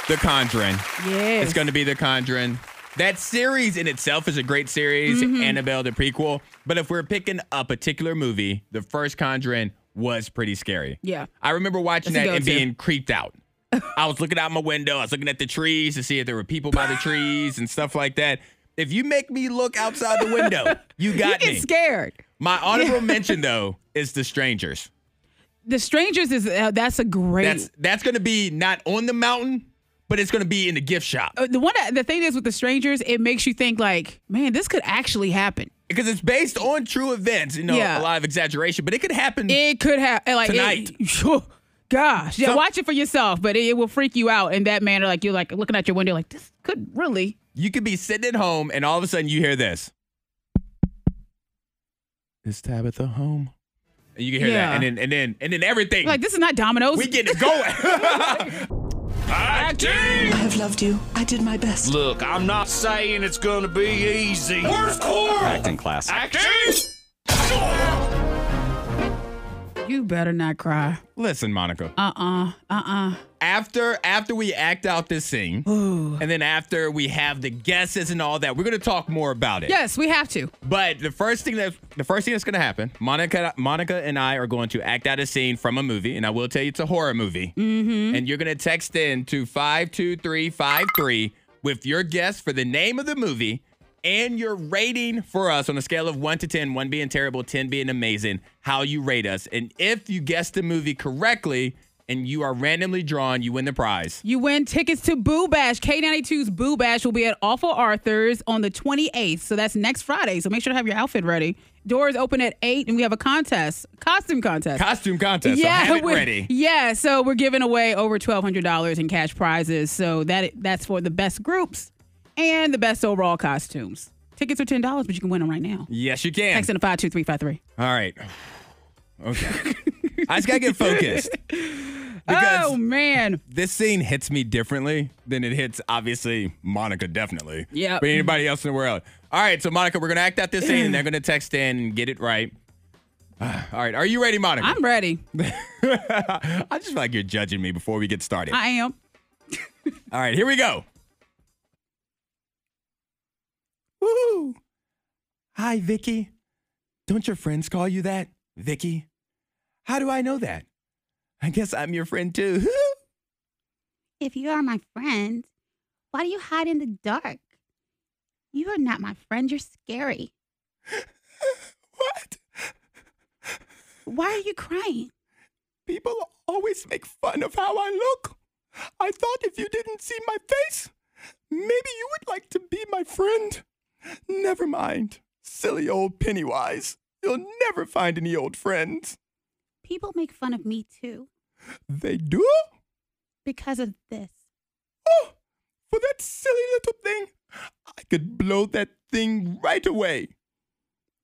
Speaker 4: The Conjuring.
Speaker 5: Yes.
Speaker 4: It's gonna be The Conjuring. That series in itself is a great series,
Speaker 5: Mm-hmm.
Speaker 4: Annabelle the prequel. But if we're picking a particular movie, the first Conjuring was pretty scary.
Speaker 5: Yeah.
Speaker 4: I remember watching
Speaker 5: That's a
Speaker 4: that and
Speaker 5: go-to.
Speaker 4: being creeped out. I was looking out my window. I was looking at the trees to see if there were people by the trees and stuff like that. If you make me look outside the window, you
Speaker 5: You
Speaker 4: got
Speaker 5: get
Speaker 4: me.
Speaker 5: scared.
Speaker 4: My honorable mention though is The Strangers.
Speaker 5: The Strangers is uh, that's a great.
Speaker 4: That's that's going to be not on the mountain, but it's going to be in the gift shop
Speaker 5: Uh, the one that- the thing is with the strangers, it makes you think like, man, this could actually happen.
Speaker 4: because it's based on true events. You know,
Speaker 5: Yeah.
Speaker 4: a lot of exaggeration, but it could happen.
Speaker 5: It could happen like it-
Speaker 4: Tonight.
Speaker 5: Phew, gosh, yeah,
Speaker 4: Some-
Speaker 5: watch it for yourself, but it, it will freak you out in that manner. Like you're like looking out your window, like this could really.
Speaker 4: you could be sitting at home and all of a sudden you hear this. Is Tabitha home? And you can hear
Speaker 5: Yeah.
Speaker 4: that, and then and then and then everything.
Speaker 5: you're Like this is not dominoes.
Speaker 4: We get it going.
Speaker 2: I have loved you. I did my best.
Speaker 6: Look, I'm not saying it's gonna be easy. Where's
Speaker 7: Acting class.
Speaker 5: you better not cry.
Speaker 4: Listen, Monica.
Speaker 5: Uh uh uh uh.
Speaker 4: After after we act out this scene, and then after we have the guesses and all that, we're gonna talk more about it.
Speaker 5: Yes, we have to.
Speaker 4: But the first thing that the first thing that's gonna happen, Monica Monica and I are going to act out a scene from a movie, and I will tell you it's a horror movie. Mm-hmm. And you're gonna text in to five two three five three with your guess for the name of the movie and your rating for us on a scale of one to ten, one being terrible, ten being amazing, how you rate us. And if you guess the movie correctly and you are randomly drawn, you win the prize.
Speaker 5: You win tickets to Boo Bash. K92's Boo Bash will be at Awful Arthur's on the 28th. So that's next Friday. So make sure to have your outfit ready. Doors open at 8, and we have a contest, costume contest.
Speaker 4: Costume contest. so have it
Speaker 5: we're-
Speaker 4: ready.
Speaker 5: Yeah, so we're giving away over twelve hundred dollars in cash prizes. So that that's for the best groups and the best overall costumes. Tickets are ten dollars, but you can win them right now.
Speaker 4: Yes, you can.
Speaker 5: Text in to five two three five three.
Speaker 4: All right. Okay. I just gotta get focused. Because
Speaker 5: Oh man,
Speaker 4: this scene hits me differently than it hits obviously Monica definitely.
Speaker 5: Yep.
Speaker 4: But anybody else in the world. All right, so Monica, we're gonna act out this scene and they're gonna text in and get it right. All right, are you ready, Monica?
Speaker 5: I'm ready.
Speaker 4: I just feel like you're judging me before we get started.
Speaker 5: I am.
Speaker 4: All right, here we go. Woo! Hi, Vicky. Don't your friends call you that, Vicky? How do I know that? I guess I'm your friend too.
Speaker 8: If you are my friend, why do you hide in the dark? You are not my friend. You're scary.
Speaker 4: what?
Speaker 8: Why are you crying?
Speaker 4: People always make fun of how I look. I thought if you didn't see my face, maybe you would like to be my friend. Never mind, silly old Pennywise. You'll never find any old friends.
Speaker 8: People make fun of me too
Speaker 4: They do?
Speaker 8: because of this.
Speaker 4: Oh, for that silly little thing. I could blow that thing right away.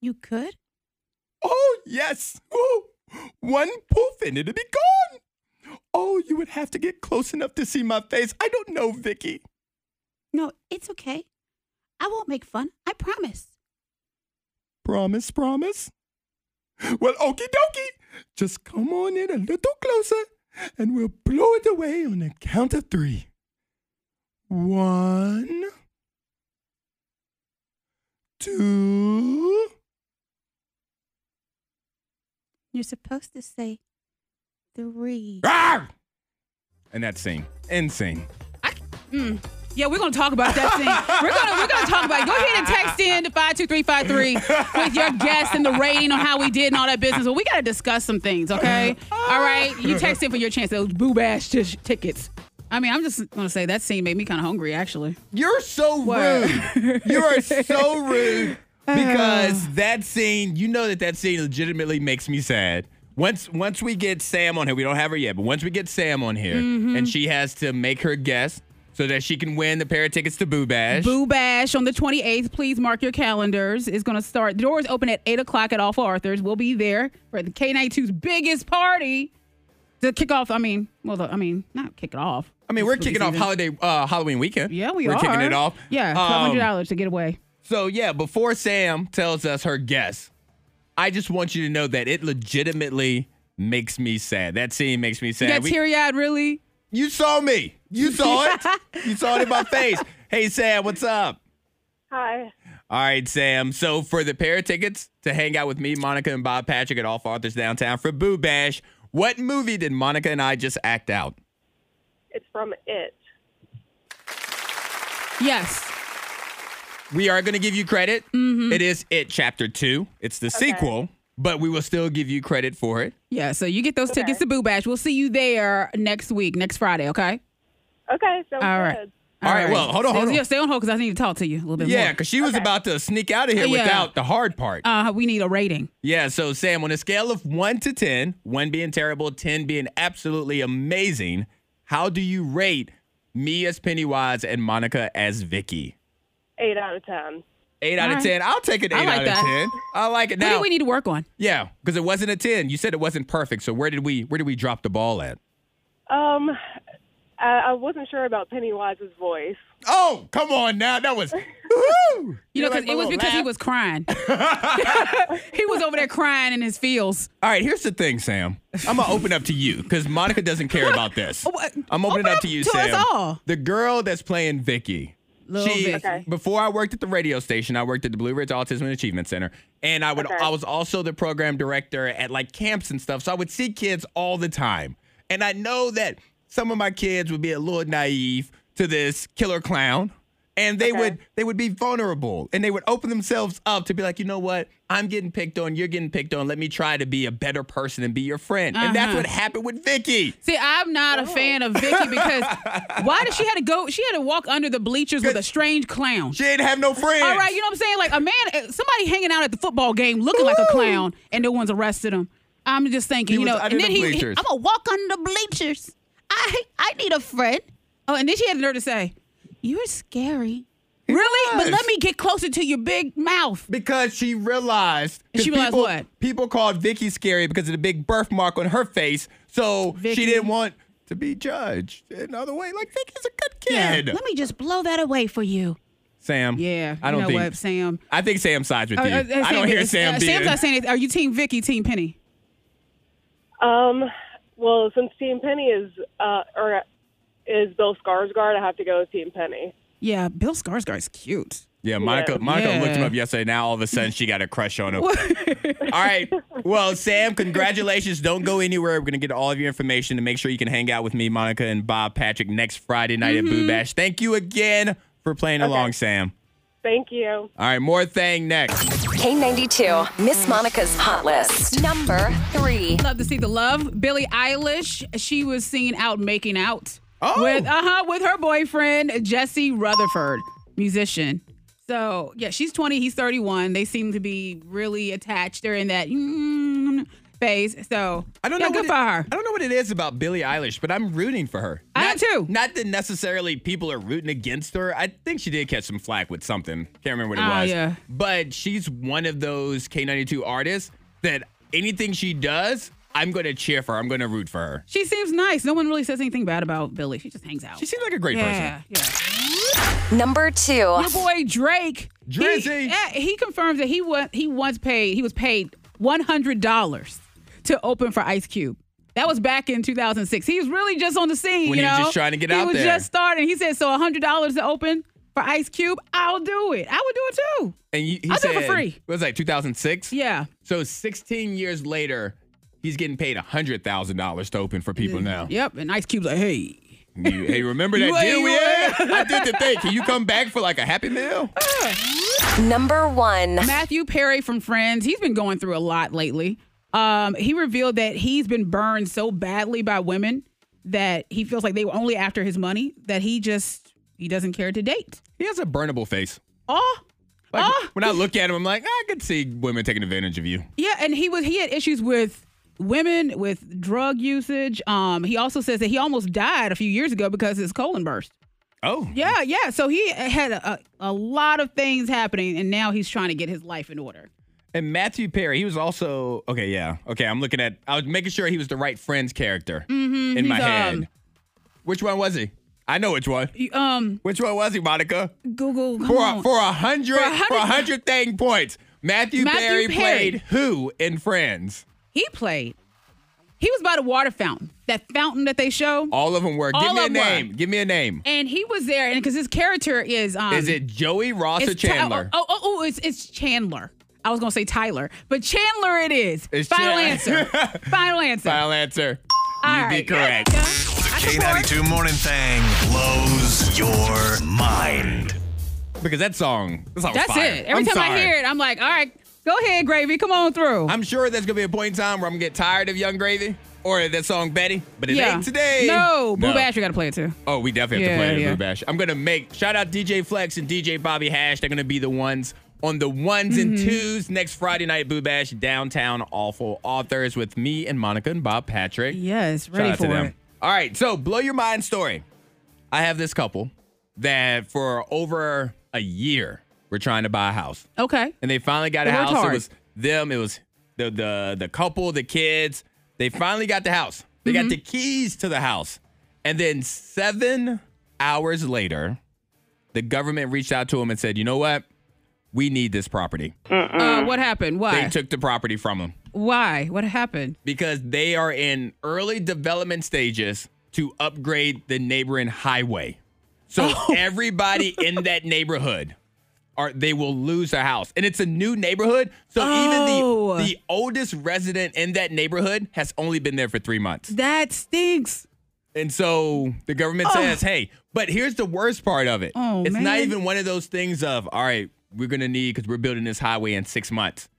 Speaker 8: You could?
Speaker 4: Oh, yes. Ooh, one poof and it'd be gone. Oh, you would have to get close enough to see my face. I don't know, Vicky.
Speaker 8: No, it's okay. I won't make fun. I promise.
Speaker 4: Promise, promise. Well, okie dokie. Just come on in a little closer and we'll blow it away on the count of three. One, two.
Speaker 8: You're supposed to say three.
Speaker 4: Arr! And that scene. End scene.
Speaker 5: Mm. Yeah, we're gonna talk about that thing. We're gonna we're gonna talk about it. Go ahead and text in to five two three five three with your guess and the rating on how we did and all that business. But we gotta discuss some things, okay? All right, you text in for your chance. Those boo bash tish tickets. I mean, I'm just gonna say that scene made me kind of hungry, actually.
Speaker 4: You're so
Speaker 5: Word.
Speaker 4: rude. You are so rude because
Speaker 5: Uh.
Speaker 4: that scene, you know that that scene legitimately makes me sad. Once once we get Sam on here, we don't have her yet, but once we get Sam on here
Speaker 5: Mm-hmm.
Speaker 4: and she has to make her guess so that she can win the pair of tickets to Boo Bash.
Speaker 5: Boo Bash on the 28th. Please mark your calendars. It's going to start. The doors open at 8 o'clock at Alpha Arthur's. We'll be there for the K92's biggest party to kick off. I mean, well, the, I mean, not kick it off.
Speaker 4: I mean, we're
Speaker 5: Spooky
Speaker 4: kicking off
Speaker 5: season.
Speaker 4: holiday uh, Halloween weekend.
Speaker 5: Yeah, we
Speaker 4: we're
Speaker 5: are.
Speaker 4: kicking it off.
Speaker 5: Yeah,
Speaker 4: Um,
Speaker 5: $1,200 to get away.
Speaker 4: So yeah, before Sam tells us her guess, I just want you to know that it legitimately makes me sad. That scene makes me sad.
Speaker 5: You got
Speaker 4: We-
Speaker 5: teary eyed, really?
Speaker 4: You saw me. You saw it. you saw it in my face. Hey, Sam, what's up?
Speaker 7: Hi.
Speaker 4: All right, Sam. So for the pair of tickets to hang out with me, Monica, and Bob Patrick at All Arthur's Downtown for Boo Bash, what movie did Monica and I just act out?
Speaker 7: It's from It.
Speaker 5: Yes.
Speaker 4: We are going to give you credit. It is It Chapter 2. It's the sequel, but we will still give you credit for it.
Speaker 5: Yeah, so you get those tickets to Boo Bash. We'll see you there next week, next Friday, okay?
Speaker 7: Okay, sounds
Speaker 5: All right.
Speaker 7: good.
Speaker 4: All right, well, hold on,
Speaker 5: Stay-
Speaker 4: hold on.
Speaker 5: Yeah, stay on hold because I need to talk to you a little bit
Speaker 4: Yeah,
Speaker 5: more. Oh,
Speaker 4: because she was about to sneak out of here
Speaker 5: Yeah.
Speaker 4: without the hard part.
Speaker 5: Uh, we need a rating.
Speaker 4: Yeah, so Sam, on a scale of one to 10, one being terrible, 10 being absolutely amazing, how do you rate me as Pennywise and Monica as Vicky?
Speaker 7: Eight out of ten.
Speaker 4: Eight out of
Speaker 5: right.
Speaker 4: 10. I'll take an eight
Speaker 5: I like
Speaker 4: out
Speaker 5: that.
Speaker 4: of 10. I like it
Speaker 5: what
Speaker 4: now.
Speaker 5: do we need to work on?
Speaker 4: yeah, because it wasn't a 10. You said it wasn't perfect. So where did we where did we drop the ball at?
Speaker 7: Um, I, I wasn't sure about Pennywise's voice.
Speaker 4: Oh, come on now. That was
Speaker 5: You know, because it was
Speaker 4: "Oh,
Speaker 5: because he was crying. he was over there crying in his feels.
Speaker 4: All right, here's the thing, Sam. I'm gonna open up to you because Monica doesn't care about this.
Speaker 5: what?
Speaker 4: I'm opening
Speaker 5: Open
Speaker 4: up
Speaker 5: up
Speaker 4: to you,
Speaker 5: to us
Speaker 4: Sam.
Speaker 5: all.
Speaker 4: The girl that's playing Vicky.
Speaker 5: Little
Speaker 4: she,
Speaker 5: Vicky. Okay.
Speaker 4: Before I worked at the radio station, I worked at the Blue Ridge Autism and Achievement Center, and I would
Speaker 7: Okay.
Speaker 4: I was also the program director at like camps and stuff. So I would see kids all the time, and I know that some of my kids would be a little naive to this killer clown, and they would they would be vulnerable and they would open themselves up to be like, you know what, I'm getting picked on, you're getting picked on. Let me try to be a better person and be your friend, and that's
Speaker 5: Uh-huh.
Speaker 4: what happened with Vicky.
Speaker 5: See, I'm not a fan of Vicky because why did she had to go? She had to walk under the bleachers with a strange clown.
Speaker 4: She didn't have no friends.
Speaker 5: All right, you know what I'm saying? Like a man, uh, somebody hanging out at the football game looking like a clown, and no one's arrested him. I'm just thinking,
Speaker 4: He
Speaker 5: you
Speaker 4: was
Speaker 5: know,
Speaker 4: under
Speaker 5: and then
Speaker 4: the
Speaker 5: he,
Speaker 4: bleachers.
Speaker 8: I'm gonna walk under the bleachers. I I need a friend.
Speaker 5: oh, and then she had the nerve to say,
Speaker 8: You're scary.
Speaker 5: "Really? But
Speaker 4: was.
Speaker 5: let me get closer to your big mouth."
Speaker 4: Because she realized.
Speaker 5: And she
Speaker 4: 'cause
Speaker 5: realized
Speaker 4: people,
Speaker 5: what?
Speaker 4: People called Vicky scary because of the big birthmark on her face. So
Speaker 5: Vicky.
Speaker 4: she didn't want to be judged another way. Like, Vicky's a good kid.
Speaker 8: Let me just blow that away for you.
Speaker 4: Sam.
Speaker 5: Yeah,
Speaker 4: I don't
Speaker 5: you know
Speaker 4: think.
Speaker 5: what, Sam.
Speaker 4: I think Sam sides with
Speaker 5: Uh,
Speaker 4: you.
Speaker 5: uh,
Speaker 4: I don't hear
Speaker 5: uh,
Speaker 4: Sam being.
Speaker 5: Sam's not saying it. Are you Team Vicky, Team Penny?
Speaker 7: Um, well, since Team Penny is uh or is Bill Skarsgård, I have to go with Team Penny.
Speaker 5: Yeah, Bill Skarsgård's cute.
Speaker 4: yeah, Monica. Monica
Speaker 5: Yeah.
Speaker 4: looked him up yesterday. Now all of a sudden she got a crush on him. all right. Well, Sam, congratulations. Don't go anywhere. We're gonna get all of your information to make sure you can hang out with me, Monica, and Bob Patrick next Friday night at
Speaker 5: Mm-hmm.
Speaker 4: Boo Bash. Thank you again for playing along, Sam.
Speaker 7: Thank you.
Speaker 4: All right, more thing next.
Speaker 1: K92, Miss Monica's Hot List. Number three.
Speaker 5: Love to see the love. Billie Eilish, she was seen out making out
Speaker 4: Oh.
Speaker 5: with uh huh with her boyfriend Jesse Rutherford, musician. So yeah, she's 20, he's 31. They seem to be really attached. They're in that mm, phase. So yeah, good
Speaker 4: what
Speaker 5: for
Speaker 4: it,
Speaker 5: her.
Speaker 4: I don't know what it is about Billie Eilish, but I'm rooting for her.
Speaker 5: I
Speaker 4: Not-
Speaker 5: am too.
Speaker 4: Not that necessarily people are rooting against her. I think she did catch some flack with something. Can't remember what it
Speaker 5: Oh,
Speaker 4: was.
Speaker 5: yeah.
Speaker 4: But she's one of those K92 artists that anything she does, I'm going to cheer for. her. I'm going to root for her.
Speaker 5: She seems nice. No one really says anything bad about Billie. She just hangs out.
Speaker 4: She seems like a great
Speaker 5: yeah, yeah.
Speaker 1: Number two.
Speaker 5: Your boy Drake. he-
Speaker 4: Drizzy.
Speaker 5: eh, He, confirms that he was he once paid he was paid one hundred dollars to open for Ice Cube. That was back in 2006. He was really just on the scene,
Speaker 4: When
Speaker 5: you
Speaker 4: he
Speaker 5: know.
Speaker 4: was just trying to get
Speaker 5: he
Speaker 4: out
Speaker 5: was
Speaker 4: there.
Speaker 5: just starting. He said, "So hundred dollars to open for Ice Cube, I'll do it. I would do it too."
Speaker 4: And you, he
Speaker 5: I'll do
Speaker 4: said,
Speaker 5: it for free.
Speaker 4: It was like 2006.
Speaker 5: Yeah,
Speaker 4: So 16 years later, he's getting paid $100,000 to open for people now.
Speaker 5: yep. And Ice Cube's like, "Hey,
Speaker 4: You, hey, remember that
Speaker 5: You ain't-
Speaker 4: deal we
Speaker 5: you
Speaker 4: had? I did the thing. Can you come back for like a happy meal?
Speaker 1: Number one.
Speaker 5: Matthew Perry from Friends, he's been going through a lot lately. Um, he revealed that he's been burned so badly by women that he feels like they were only after his money that he just he doesn't care to date.
Speaker 4: He has a burnable face.
Speaker 5: Oh,
Speaker 4: Like
Speaker 5: Ah.
Speaker 4: when I look at him, I'm like, I could see women taking advantage of you.
Speaker 5: Yeah, and he was he had issues with women with drug usage. Um, he also says that he almost died a few years ago because his colon burst.
Speaker 4: Oh,
Speaker 5: Yeah, yeah. So he had a, a, a lot of things happening, and now he's trying to get his life in order.
Speaker 4: And Matthew Perry, he was also okay. Yeah, okay. I'm looking at. I was making sure he was the right Friends character in my
Speaker 5: he's,
Speaker 4: head.
Speaker 5: um,
Speaker 4: which one was he? I know which one.
Speaker 5: You- Um,
Speaker 4: Which one was he, Monica?
Speaker 5: Google come
Speaker 4: For
Speaker 5: on.
Speaker 4: a, for a hundred
Speaker 5: For a hundred-
Speaker 4: for a hundred thing points. Matthew,
Speaker 5: Matthew
Speaker 4: Perry,
Speaker 5: Perry.
Speaker 4: played who in Friends?
Speaker 5: he played. He was by the water fountain, that fountain that they show,
Speaker 4: All of them were.
Speaker 5: All
Speaker 4: Give me a
Speaker 5: of 'em were.
Speaker 4: name. Give me a name.
Speaker 5: and he was there, and because his character is um,
Speaker 4: Is it Joey Ross or
Speaker 5: It's Ty-
Speaker 4: Chandler?
Speaker 5: oh, oh, oh, it's it's Chandler. I was gonna say Tyler, but Chandler it is.
Speaker 4: It's
Speaker 5: Final
Speaker 4: Chan-
Speaker 5: answer. Final answer.
Speaker 4: Final answer.
Speaker 5: oh. All
Speaker 4: You'd be
Speaker 5: right.
Speaker 4: correct.
Speaker 5: Yeah.
Speaker 6: K92 Morning Thang blows your mind.
Speaker 4: Because that song, that song was
Speaker 5: That's
Speaker 4: fire.
Speaker 5: it. Every
Speaker 4: I'm
Speaker 5: time I
Speaker 4: sorry.
Speaker 5: hear it, I'm like, all right, go ahead, Gravy, come on through.
Speaker 4: I'm sure there's gonna be a point in time where I'm gonna get tired of Young Gravy or that song Betty, but it
Speaker 5: yeah.
Speaker 4: ain't today.
Speaker 5: No, Boo Bash, we gotta play it too.
Speaker 4: Oh, we definitely have
Speaker 5: Yeah,
Speaker 4: to play it
Speaker 5: yeah.
Speaker 4: in Boo Bash. I'm gonna make shout out DJ Flex and DJ Bobby Hash. They're gonna be the ones on the ones and
Speaker 5: Mm-hmm.
Speaker 4: twos next Friday night Boo Bash downtown awful authors with me and Monica and Bob Patrick.
Speaker 5: Yes,
Speaker 4: Shout out to them. All right, so blow your mind story. I have this couple that for over a year were trying to buy a house
Speaker 5: Okay.
Speaker 4: and they finally got
Speaker 5: They
Speaker 4: a
Speaker 5: worked
Speaker 4: house.
Speaker 5: hard.
Speaker 4: It was them. It was the the the couple, the kids. They finally got the house. They got the keys to the house, and then seven hours later, the government reached out to them and said, "You know what? We need this property."
Speaker 5: Uh, what happened? Why?
Speaker 4: They took the property from them
Speaker 5: Why? What happened?
Speaker 4: because they are in early development stages to upgrade the neighboring highway. So everybody in that neighborhood are they will lose their house. And it's a new neighborhood. So
Speaker 5: Oh.
Speaker 4: even the the oldest resident in that neighborhood has only been there for 3 months.
Speaker 5: That stinks.
Speaker 4: And so the government says, "Hey, but here's the worst part of it.
Speaker 5: Oh,
Speaker 4: it's not
Speaker 5: man.
Speaker 4: even one of those things of, all right, we're going to need cuz we're building this highway in 6 months."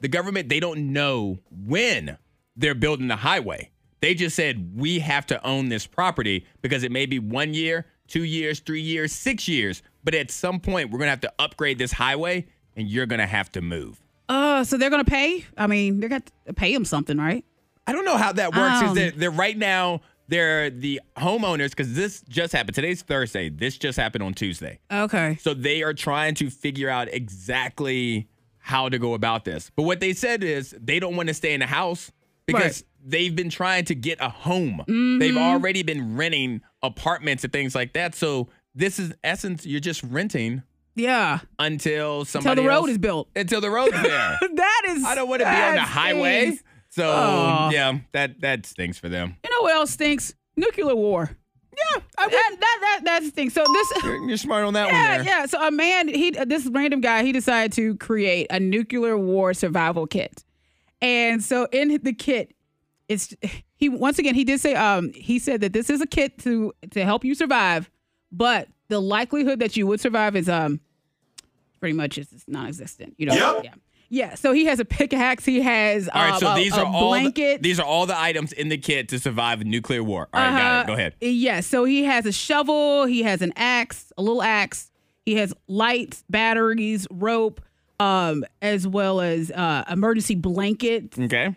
Speaker 4: The government, they don't know when they're building the highway. They just said, "We have to own this property because it may be 1 year, 2 years, 3 years, 6 years, but at some point we're going to have to upgrade this highway and you're going to have to move."
Speaker 5: Uh, so they're gonna pay? I mean, they're gonna have to pay him something, right?
Speaker 4: I don't know how that works.
Speaker 5: Um,
Speaker 4: is that they're right now they're the homeowners because this just happened. Today's Thursday. This just happened on Tuesday.
Speaker 5: Okay.
Speaker 4: So they are trying to figure out exactly how to go about this. But what they said is they don't want to stay in the house because
Speaker 5: Right. Mm-hmm.
Speaker 4: they've been trying to get a home. They've already been renting apartments and things like that. So this is essence, you're just renting
Speaker 5: Yeah.
Speaker 4: until somebody
Speaker 5: Until the road
Speaker 4: else-
Speaker 5: is built.
Speaker 4: Until the road's there.
Speaker 5: That is.
Speaker 4: I don't want to be on
Speaker 5: that
Speaker 4: the highway.
Speaker 5: stinks.
Speaker 4: So
Speaker 5: Aw.
Speaker 4: yeah, that that stinks for them.
Speaker 5: You know what else stinks? Nuclear war. Yeah, that, that that that stinks. So this.
Speaker 4: You're, you're smart on that
Speaker 5: Yeah,
Speaker 4: one there.
Speaker 5: yeah. So a man, he this random guy, he decided to create a nuclear war survival kit, and so in the kit, it's he once again he did say um he said that this is a kit to to help you survive, but the likelihood that you would survive is um pretty much is is non-existent. You know.
Speaker 6: Yep.
Speaker 5: Yeah. Yeah. So he has a pickaxe. He has
Speaker 4: All right, so
Speaker 5: um, a-
Speaker 4: these
Speaker 5: a
Speaker 4: are all the,
Speaker 5: blanket.
Speaker 4: these are all the items in the kit to survive a nuclear war. All right, got
Speaker 5: Uh-huh.
Speaker 4: it. Go ahead.
Speaker 5: Yeah, so he has a shovel, he has an axe, a little axe, he has lights, batteries, rope, um, as well as uh emergency blankets
Speaker 4: Okay.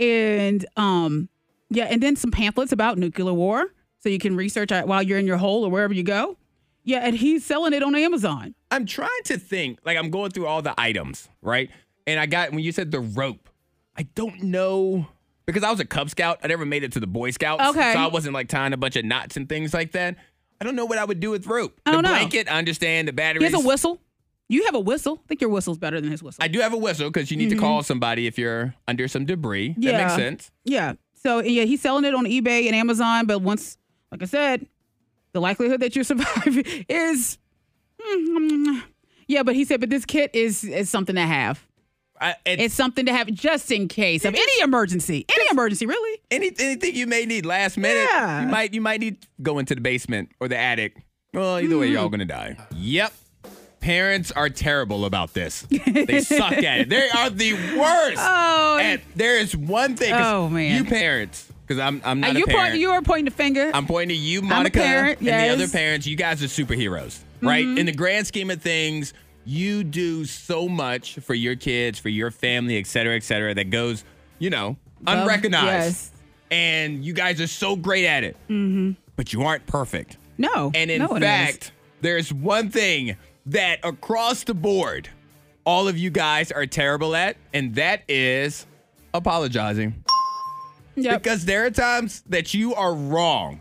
Speaker 5: and um yeah, and then some pamphlets about nuclear war. So you can research it while you're in your hole or wherever you go. Yeah, and he's selling it on Amazon.
Speaker 4: I'm trying to think. Like I'm going through all the items, right? And I got when you said the rope. I don't know because I was a Cub Scout. I never made it to the Boy Scouts,
Speaker 5: Okay.
Speaker 4: so I wasn't like tying a bunch of knots and things like that. I don't know what I would do with rope.
Speaker 5: I don't
Speaker 4: the
Speaker 5: know.
Speaker 4: blanket, I understand the
Speaker 5: He
Speaker 4: batteries.
Speaker 5: has a whistle. You have a whistle. I think your whistle's better than his whistle.
Speaker 4: I do have a whistle because you need to call somebody if you're under some debris. That makes
Speaker 5: Mm-hmm. Yeah.
Speaker 4: sense.
Speaker 5: Yeah. So and yeah, he's selling it on eBay and Amazon, but once, like I said, the likelihood that you survive is, hmm, yeah. But he said, but this kit is is something to have.
Speaker 4: I, it-
Speaker 5: It's something to have just in case of any emergency, any emergency, really.
Speaker 4: Any, anything you may need last minute,
Speaker 5: Yeah.
Speaker 4: you might you might need to go into the basement or the attic. Well, either way,
Speaker 5: Mm-hmm.
Speaker 4: y'all gonna die. Yep. Parents are terrible about this. They suck at it. They are the worst.
Speaker 5: Oh,
Speaker 4: at, there is one thing. 'cause
Speaker 5: Oh, man.
Speaker 4: you parents, because I'm I'm
Speaker 5: Uh,
Speaker 4: not
Speaker 5: you
Speaker 4: a parent.
Speaker 5: point, you are pointing the finger.
Speaker 4: I'm pointing to you, Monica,
Speaker 5: parent,
Speaker 4: and
Speaker 5: yes. Mm-hmm.
Speaker 4: the other parents. You guys are superheroes, right? In the grand scheme of things, you do so much for your kids, for your family, et cetera, et cetera, that goes, you know, unrecognized.
Speaker 5: yes.
Speaker 4: And you guys are so great at it, mm-hmm. but you aren't perfect.
Speaker 5: no.
Speaker 4: And in
Speaker 5: no one is.
Speaker 4: fact, there's one thing that across the board, all of you guys are terrible at, and that is apologizing
Speaker 5: Yep.
Speaker 4: because there are times that you are wrong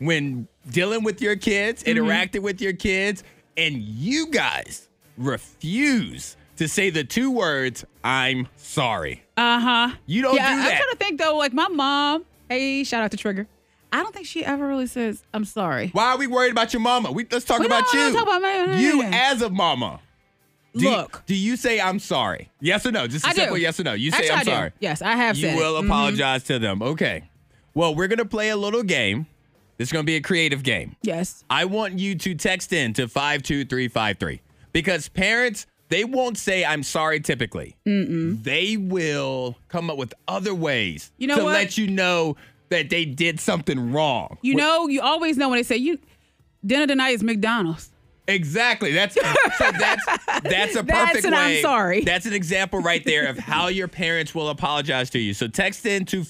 Speaker 4: when dealing with your
Speaker 5: Mm-hmm.
Speaker 4: kids, interacting with your kids, and you guys refuse to say the two words "I'm sorry."
Speaker 5: Uh huh.
Speaker 4: You don't do
Speaker 5: yeah, I- I'm
Speaker 4: that.
Speaker 5: trying to think though. Like my mom. Hey, shout out to Trigger. I don't think she ever really says I'm sorry.
Speaker 4: Why are we worried about your mama? We let's talk
Speaker 5: We don't
Speaker 4: about
Speaker 5: wanna
Speaker 4: you.
Speaker 5: talk about my-
Speaker 4: you
Speaker 5: yeah.
Speaker 4: as a mama. Do
Speaker 5: Look.
Speaker 4: You, do you say "I'm sorry"? Yes or no? Just a
Speaker 5: I do.
Speaker 4: simple yes or no. You say
Speaker 5: Actually,
Speaker 4: "I'm
Speaker 5: I do.
Speaker 4: sorry."
Speaker 5: Yes, I have
Speaker 4: you
Speaker 5: said.
Speaker 4: will
Speaker 5: it. Mhm.
Speaker 4: apologize to them. Okay. Well, we're gonna play a little game. This is gonna be a creative game.
Speaker 5: Yes.
Speaker 4: I want you to text in to 52353 because parents, they won't say I'm sorry typically. They will come up with other ways
Speaker 5: You know
Speaker 4: to
Speaker 5: what?
Speaker 4: let you know that they did something wrong.
Speaker 5: You know, you always know when they say you dinner tonight is McDonald's.
Speaker 4: Exactly. That's so that's that's a perfect
Speaker 5: That's an
Speaker 4: way.
Speaker 5: I'm sorry.
Speaker 4: That's an example right there of how your parents will apologize to you. So text in to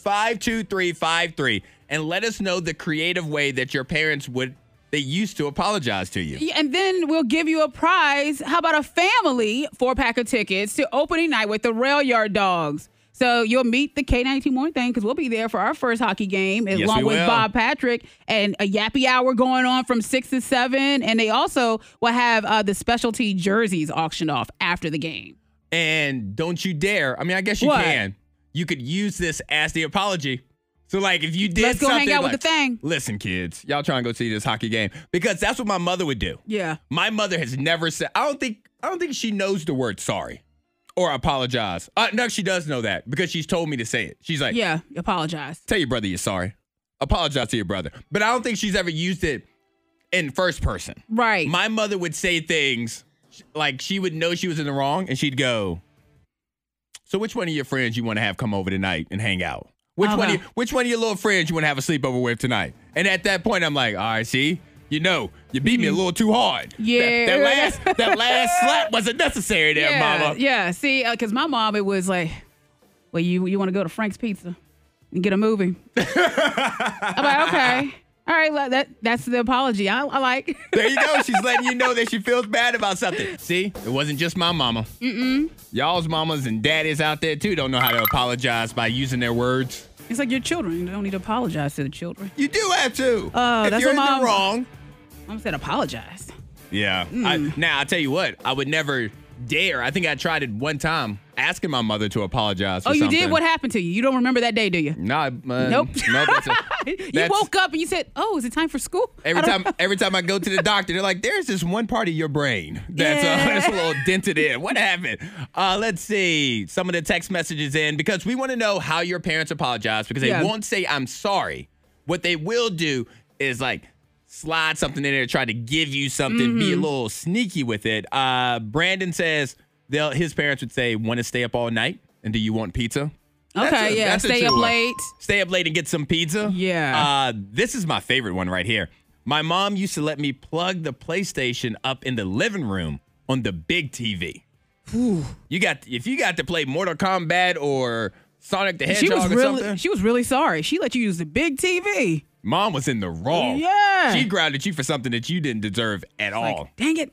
Speaker 4: 52353 and let us know the creative way that your parents would they used to apologize to you.
Speaker 5: Yeah, and then we'll give you a prize. How about a family four pack of tickets to opening night with the Rail Yard Dogs? So you'll meet the K92 Morning Thing because we'll be there for our first hockey game
Speaker 4: Yes,
Speaker 5: along
Speaker 4: we
Speaker 5: with
Speaker 4: will.
Speaker 5: Bob Patrick and a yappy hour going on from six to seven. And they also will have uh, the specialty jerseys auctioned off after the game.
Speaker 4: And don't you dare. I mean, I guess you
Speaker 5: What?
Speaker 4: can. You could use this as the apology. So, like, if you did
Speaker 5: Let's go hang
Speaker 4: something
Speaker 5: out with
Speaker 4: like,
Speaker 5: the thing.
Speaker 4: Listen, kids, y'all trying to go see this hockey game because that's what my mother would do.
Speaker 5: Yeah.
Speaker 4: My mother has never said. I don't think. I don't think she knows the word sorry or apologize. Uh, no, she does know that because she's told me to say it. She's like,
Speaker 5: Yeah. Apologize.
Speaker 4: tell your brother you're sorry. Apologize to your brother. But I don't think she's ever used it in first person.
Speaker 5: Right.
Speaker 4: My mother would say things like she would know she was in the wrong and she'd go, So which one of your friends you want to have come over tonight and hang out? Which one of
Speaker 5: Uh-huh.
Speaker 4: your, which one of your little friends you want to have a sleepover with tonight? And at that point I'm like, all right, see, you know, you beat me a little too hard. That-
Speaker 5: Mm-hmm. Yeah.
Speaker 4: That, last that last slap wasn't necessary there,
Speaker 5: yeah,
Speaker 4: mama.
Speaker 5: Yeah, see, because my mom, it was like, well, you you want to go to Frank's Pizza and get a movie. I'm like, okay. All right, well, that that's the apology. I, I like.
Speaker 4: There you go. She's letting you know that she feels bad about something. See, it wasn't just my mama. Mm-mm. Y'all's mamas and daddies out there too don't know how to apologize by using their words.
Speaker 5: It's like your children. You don't need to apologize to the children.
Speaker 4: You do have to.
Speaker 5: Oh,
Speaker 4: if
Speaker 5: that's
Speaker 4: you're in
Speaker 5: what
Speaker 4: the
Speaker 5: mom-
Speaker 4: wrong.
Speaker 5: Mom said apologize.
Speaker 4: Yeah.
Speaker 5: Mm.
Speaker 4: I, now I tell you what, I would never dare. I think I tried it one time, asking my mother to apologize. For
Speaker 5: oh, you
Speaker 4: something.
Speaker 5: did? What happened to you? You don't remember that day, do you?
Speaker 4: No, I- uh,
Speaker 5: Nope.
Speaker 4: no, that's a-
Speaker 5: You
Speaker 4: that's-
Speaker 5: woke up and you said, oh, is it time for school?
Speaker 4: Every
Speaker 5: I don't-
Speaker 4: time, every time I go to the doctor, they're like, "There's this one part of your brain that's, uh,
Speaker 5: Yeah.
Speaker 4: that's a little dented in. What happened?" Uh, let's see some of the text messages in because we want to know how your parents apologize because they
Speaker 5: Yeah.
Speaker 4: won't say "I'm sorry." What they will do is like slide something in there, try to give you something, be a
Speaker 5: Mm-hmm.
Speaker 4: little sneaky with it. Uh, Brandon says they'll his parents would say, "Want to stay up all night?" And do you want pizza? That's
Speaker 5: Okay,
Speaker 4: a-
Speaker 5: yeah.
Speaker 4: that's a
Speaker 5: Stay up
Speaker 4: true one.
Speaker 5: late.
Speaker 4: Stay up late and get some pizza.
Speaker 5: Yeah.
Speaker 4: Uh, this is my favorite one right here. My mom used to let me plug the PlayStation up in the living room on the big TV. You got if you got to play Mortal Kombat or Sonic the Hedgehog
Speaker 5: She was
Speaker 4: or
Speaker 5: really
Speaker 4: something.
Speaker 5: she was really sorry. She let you use the big TV.
Speaker 4: mom was in the wrong.
Speaker 5: Yeah.
Speaker 4: She grounded you for something that you didn't deserve at all.
Speaker 5: Like, dang it.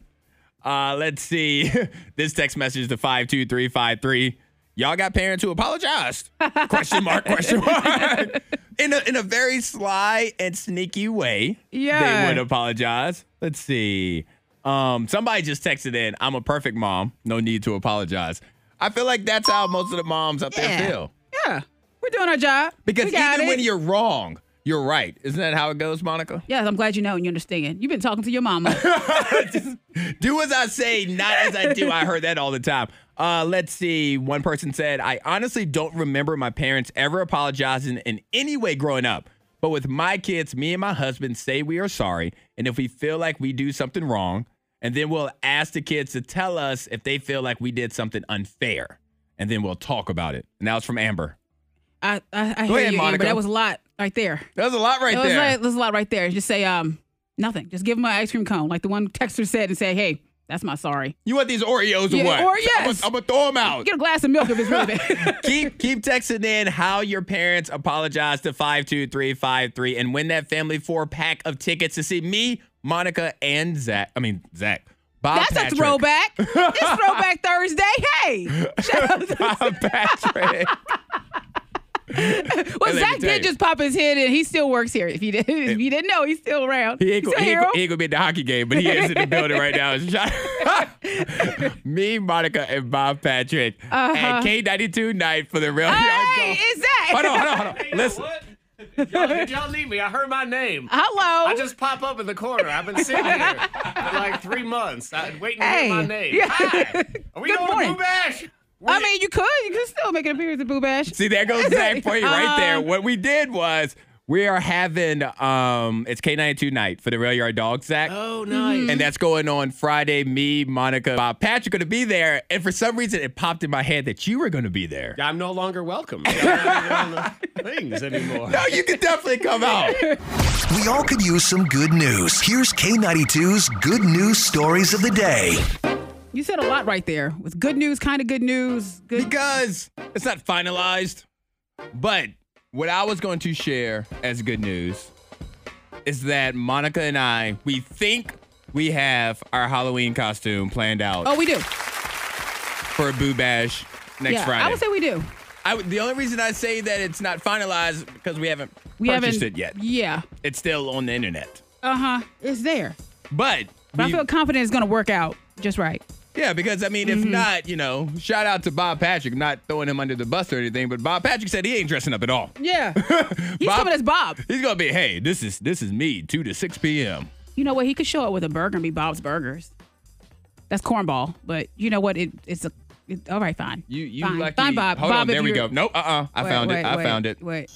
Speaker 4: Uh, let's see. this text message to 52353. Y'all got parents who apologized. question mark, question mark. in, a, in a very sly and sneaky way,
Speaker 5: Yeah.
Speaker 4: they would apologize. Let's see. Um, somebody just texted in, I'm a perfect mom. No need to apologize. I feel like that's how most of the moms out
Speaker 5: Yeah.
Speaker 4: there feel.
Speaker 5: Yeah. We're doing our job.
Speaker 4: Because
Speaker 5: We got
Speaker 4: even
Speaker 5: it.
Speaker 4: when you're wrong, You're right. Isn't that how it goes, Monica?
Speaker 5: Yes, I'm glad you know and you understand. You've been talking to your mama.
Speaker 4: Do as I say, not as I do. I heard that all the time. Uh, let's see. One person said, I honestly don't remember my parents ever apologizing in any way growing up. But with my kids, me and my husband say we are sorry. And if we feel like we do something wrong, and then we'll ask the kids to tell us if they feel like we did something unfair. And then we'll talk about it. And that was from Amber.
Speaker 5: I, I, I
Speaker 4: Go
Speaker 5: hear
Speaker 4: ahead,
Speaker 5: you, Amber.
Speaker 4: Monica.
Speaker 5: That was a lot right there.
Speaker 4: That was a lot right
Speaker 5: That was,
Speaker 4: there.
Speaker 5: like, there's a lot right there. Just say um nothing. Just give them an ice cream cone, like the one texter said, and say, "Hey, that's my sorry."
Speaker 4: You want these Oreos
Speaker 5: Yeah,
Speaker 4: or what?
Speaker 5: or
Speaker 4: I'm gonna-
Speaker 5: yes.
Speaker 4: I'm going to throw them out.
Speaker 5: Get a glass of milk if it's really bad.
Speaker 4: keep keep texting in how your parents apologize to 52353 and win that family four pack of tickets to see me, Monica, and Zach. I mean Zach. Bob
Speaker 5: that's
Speaker 4: Patrick.
Speaker 5: a throwback. it's Throwback Thursday. Hey,
Speaker 4: Bob Patrick.
Speaker 5: well,
Speaker 4: let me
Speaker 5: Zach
Speaker 4: tell
Speaker 5: did
Speaker 4: you.
Speaker 5: just pop his head in. He still works here. If you didn't, if you didn't know, he's still around.
Speaker 4: He ain't,
Speaker 5: he's
Speaker 4: gonna,
Speaker 5: a
Speaker 4: he, ain't
Speaker 5: hero.
Speaker 4: gonna, he ain't gonna be at the hockey game, but he is in the building right now. Shout- Me, Monica, and Bob Patrick at K92 night for the real.
Speaker 5: Hey, it's Zach.
Speaker 4: hold on, hold on, hold on. Listen,
Speaker 6: What? Y'all, did y'all need me? I heard my name.
Speaker 5: Hello.
Speaker 6: I just pop up in the corner. I've been sitting here for like three months. I'm waiting to hear
Speaker 5: Hey.
Speaker 6: my name.
Speaker 5: Yeah.
Speaker 6: Hi. Are we
Speaker 5: Good
Speaker 6: going
Speaker 5: morning.
Speaker 6: to Boo Bash?
Speaker 5: I mean, you could, you could still make an appearance at Boo Bash.
Speaker 4: See, there goes Zach for you right there.
Speaker 5: Um,
Speaker 4: What we did was we are having um it's K92 night for the Rail Yard Dog Zach.
Speaker 6: Oh, nice.
Speaker 5: Mm-hmm.
Speaker 4: And that's going on Friday. Me, Monica, Bob, Patrick going to be there. And for some reason, it popped in my head that you were going to be there.
Speaker 6: I'm no longer welcome. I'm not even on the things anymore.
Speaker 4: No, you can definitely come out.
Speaker 9: We all could use some good news. Here's K92's good news stories of the day.
Speaker 5: You said a lot right there. With good news, kind of good news. Good.
Speaker 4: because it's not finalized. But what I was going to share as good news is that Monica and I, we think we have our Halloween costume planned out
Speaker 5: Oh, we do.
Speaker 4: for Boo Bash next
Speaker 5: yeah,
Speaker 4: Friday.
Speaker 5: I would say we do.
Speaker 4: I would- the only reason I say that it's not finalized because we haven't
Speaker 5: We
Speaker 4: purchased
Speaker 5: haven't.
Speaker 4: it yet.
Speaker 5: Yeah.
Speaker 4: It's still on the internet.
Speaker 5: Uh huh. It's there.
Speaker 4: But,
Speaker 5: But
Speaker 4: we-
Speaker 5: I feel confident it's gonna work out just right.
Speaker 4: yeah, because I mean, if
Speaker 5: Mm-hmm.
Speaker 4: not, you know, shout out to Bob Patrick. Not throwing him under the bus or anything, but Bob Patrick said he ain't dressing up at all.
Speaker 5: Yeah. He's
Speaker 4: Bob-
Speaker 5: coming as Bob.
Speaker 4: He's gonna be, hey, this is this is me, two to six p.m.
Speaker 5: You know what? He could show up with a burger and be Bob's Burgers. That's cornball, but you know what? It, it's a it, all right. Fine.
Speaker 4: You you
Speaker 5: fine.
Speaker 4: lucky.
Speaker 5: Fine, Bob.
Speaker 4: Hold
Speaker 5: Bob,
Speaker 4: on,
Speaker 5: if
Speaker 4: there we go.
Speaker 5: you're-
Speaker 4: Nope. Uh uh I
Speaker 5: Wait,
Speaker 4: found
Speaker 5: wait,
Speaker 4: it. I
Speaker 5: wait,
Speaker 4: found it.
Speaker 5: Wait.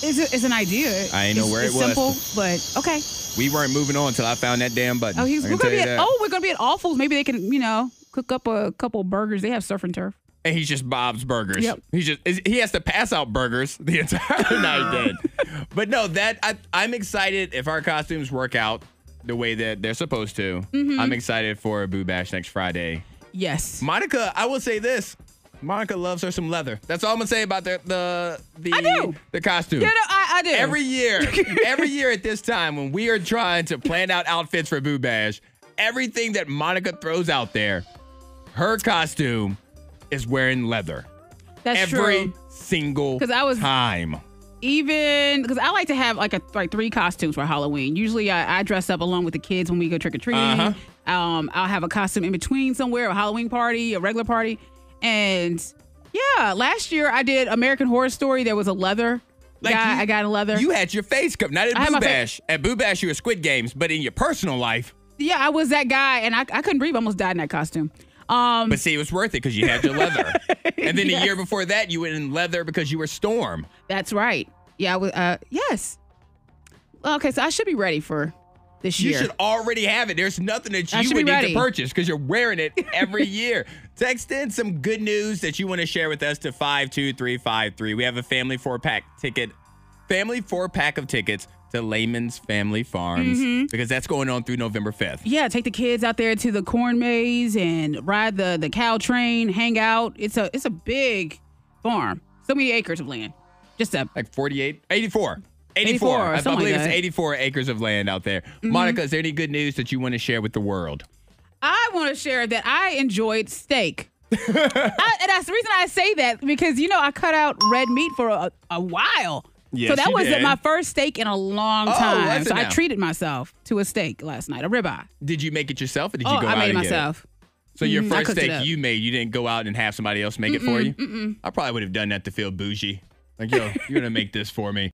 Speaker 5: It's, a, it's an idea.
Speaker 4: I ain't know
Speaker 5: it's,
Speaker 4: where it
Speaker 5: it's
Speaker 4: was.
Speaker 5: Simple, but okay.
Speaker 4: We weren't moving on until I found that damn button.
Speaker 5: Oh, he's,
Speaker 4: I can
Speaker 5: we're gonna
Speaker 4: tell
Speaker 5: be
Speaker 4: you
Speaker 5: at,
Speaker 4: that.
Speaker 5: oh, we're gonna be at Awful's. Maybe they can, you know, cook up a couple burgers. They have surf and turf.
Speaker 4: and he's just Bob's Burgers.
Speaker 5: Yep.
Speaker 4: He's just is- he has to pass out burgers the entire night. Then, but no, that I, I'm excited if our costumes work out the way that they're supposed to.
Speaker 5: Mm-hmm.
Speaker 4: I'm excited for Boo Bash next Friday.
Speaker 5: Yes.
Speaker 4: Monica, I will say this. Monica loves her some leather. That's all I'm gonna say about the the the,
Speaker 5: I do.
Speaker 4: the costume.
Speaker 5: You know, I, I do.
Speaker 4: Every year, every year at this time, when we are trying to plan out outfits for Boo Bash, everything that Monica throws out there, her costume is wearing leather.
Speaker 5: That's
Speaker 4: every
Speaker 5: true.
Speaker 4: single
Speaker 5: 'Cause I was-
Speaker 4: time.
Speaker 5: Even because I like to have like a like three costumes for Halloween. Usually I, I dress up along with the kids when we go trick or treating.
Speaker 4: Uh-huh.
Speaker 5: Um, I'll have a costume in between somewhere, a Halloween party, a regular party, and yeah. Last year I did American Horror Story. There was a leather.
Speaker 4: Like
Speaker 5: guy,
Speaker 4: you-
Speaker 5: I got a leather.
Speaker 4: You had your face covered. Not at
Speaker 5: I had
Speaker 4: Boo
Speaker 5: my fa-
Speaker 4: Bash. at Boo Bash, you were Squid Games, but in your personal life,
Speaker 5: yeah, I was that guy, and I, I couldn't breathe. I almost died in that costume. Um,
Speaker 4: but see, it was worth it because you had your leather. and then the year before that, you were in leather because you were Storm.
Speaker 5: That's right. Yeah, I was, uh, yes. Okay, so I should be ready for this
Speaker 4: You
Speaker 5: year.
Speaker 4: should already have it. There's nothing that
Speaker 5: I
Speaker 4: you
Speaker 5: should
Speaker 4: would
Speaker 5: be
Speaker 4: need to
Speaker 5: ready.
Speaker 4: purchase because you're wearing it every year. Text in some good news that you want to share with us to 52353. We have a family four pack ticket, family four pack of tickets to Layman's Family Farms
Speaker 5: Mm-hmm.
Speaker 4: because that's going on through November 5th.
Speaker 5: yeah, take the kids out there to the corn maze and ride the the cow train, hang out. It's a it's a big farm. So many acres of land. Just a
Speaker 4: Like 48, 84. 84.
Speaker 5: 84 or
Speaker 4: I- I,
Speaker 5: something
Speaker 4: believe
Speaker 5: like
Speaker 4: it's
Speaker 5: that. Mm-hmm.
Speaker 4: 84 acres of land out there. Monica, is there any good news that you want to share with the world?
Speaker 5: I want to share that I enjoyed steak. I, and that's the reason I say that because you know I cut out red meat for a, a while.
Speaker 4: Yes,
Speaker 5: so that
Speaker 4: you
Speaker 5: was
Speaker 4: did.
Speaker 5: my first steak in a long
Speaker 4: Oh,
Speaker 5: time.
Speaker 4: that's
Speaker 5: So
Speaker 4: it
Speaker 5: I
Speaker 4: now.
Speaker 5: treated myself to a steak last night, a ribeye.
Speaker 4: Did you make it yourself or did you
Speaker 5: Oh,
Speaker 4: go
Speaker 5: I
Speaker 4: out
Speaker 5: made it
Speaker 4: and get it?
Speaker 5: myself.
Speaker 4: So your
Speaker 5: Mhm, I
Speaker 4: first
Speaker 5: cooked it
Speaker 4: steak
Speaker 5: up.
Speaker 4: you made, you didn't go out and have somebody else make it for you. I probably would have done that to feel bougie. Like yo, you're gonna make this for me.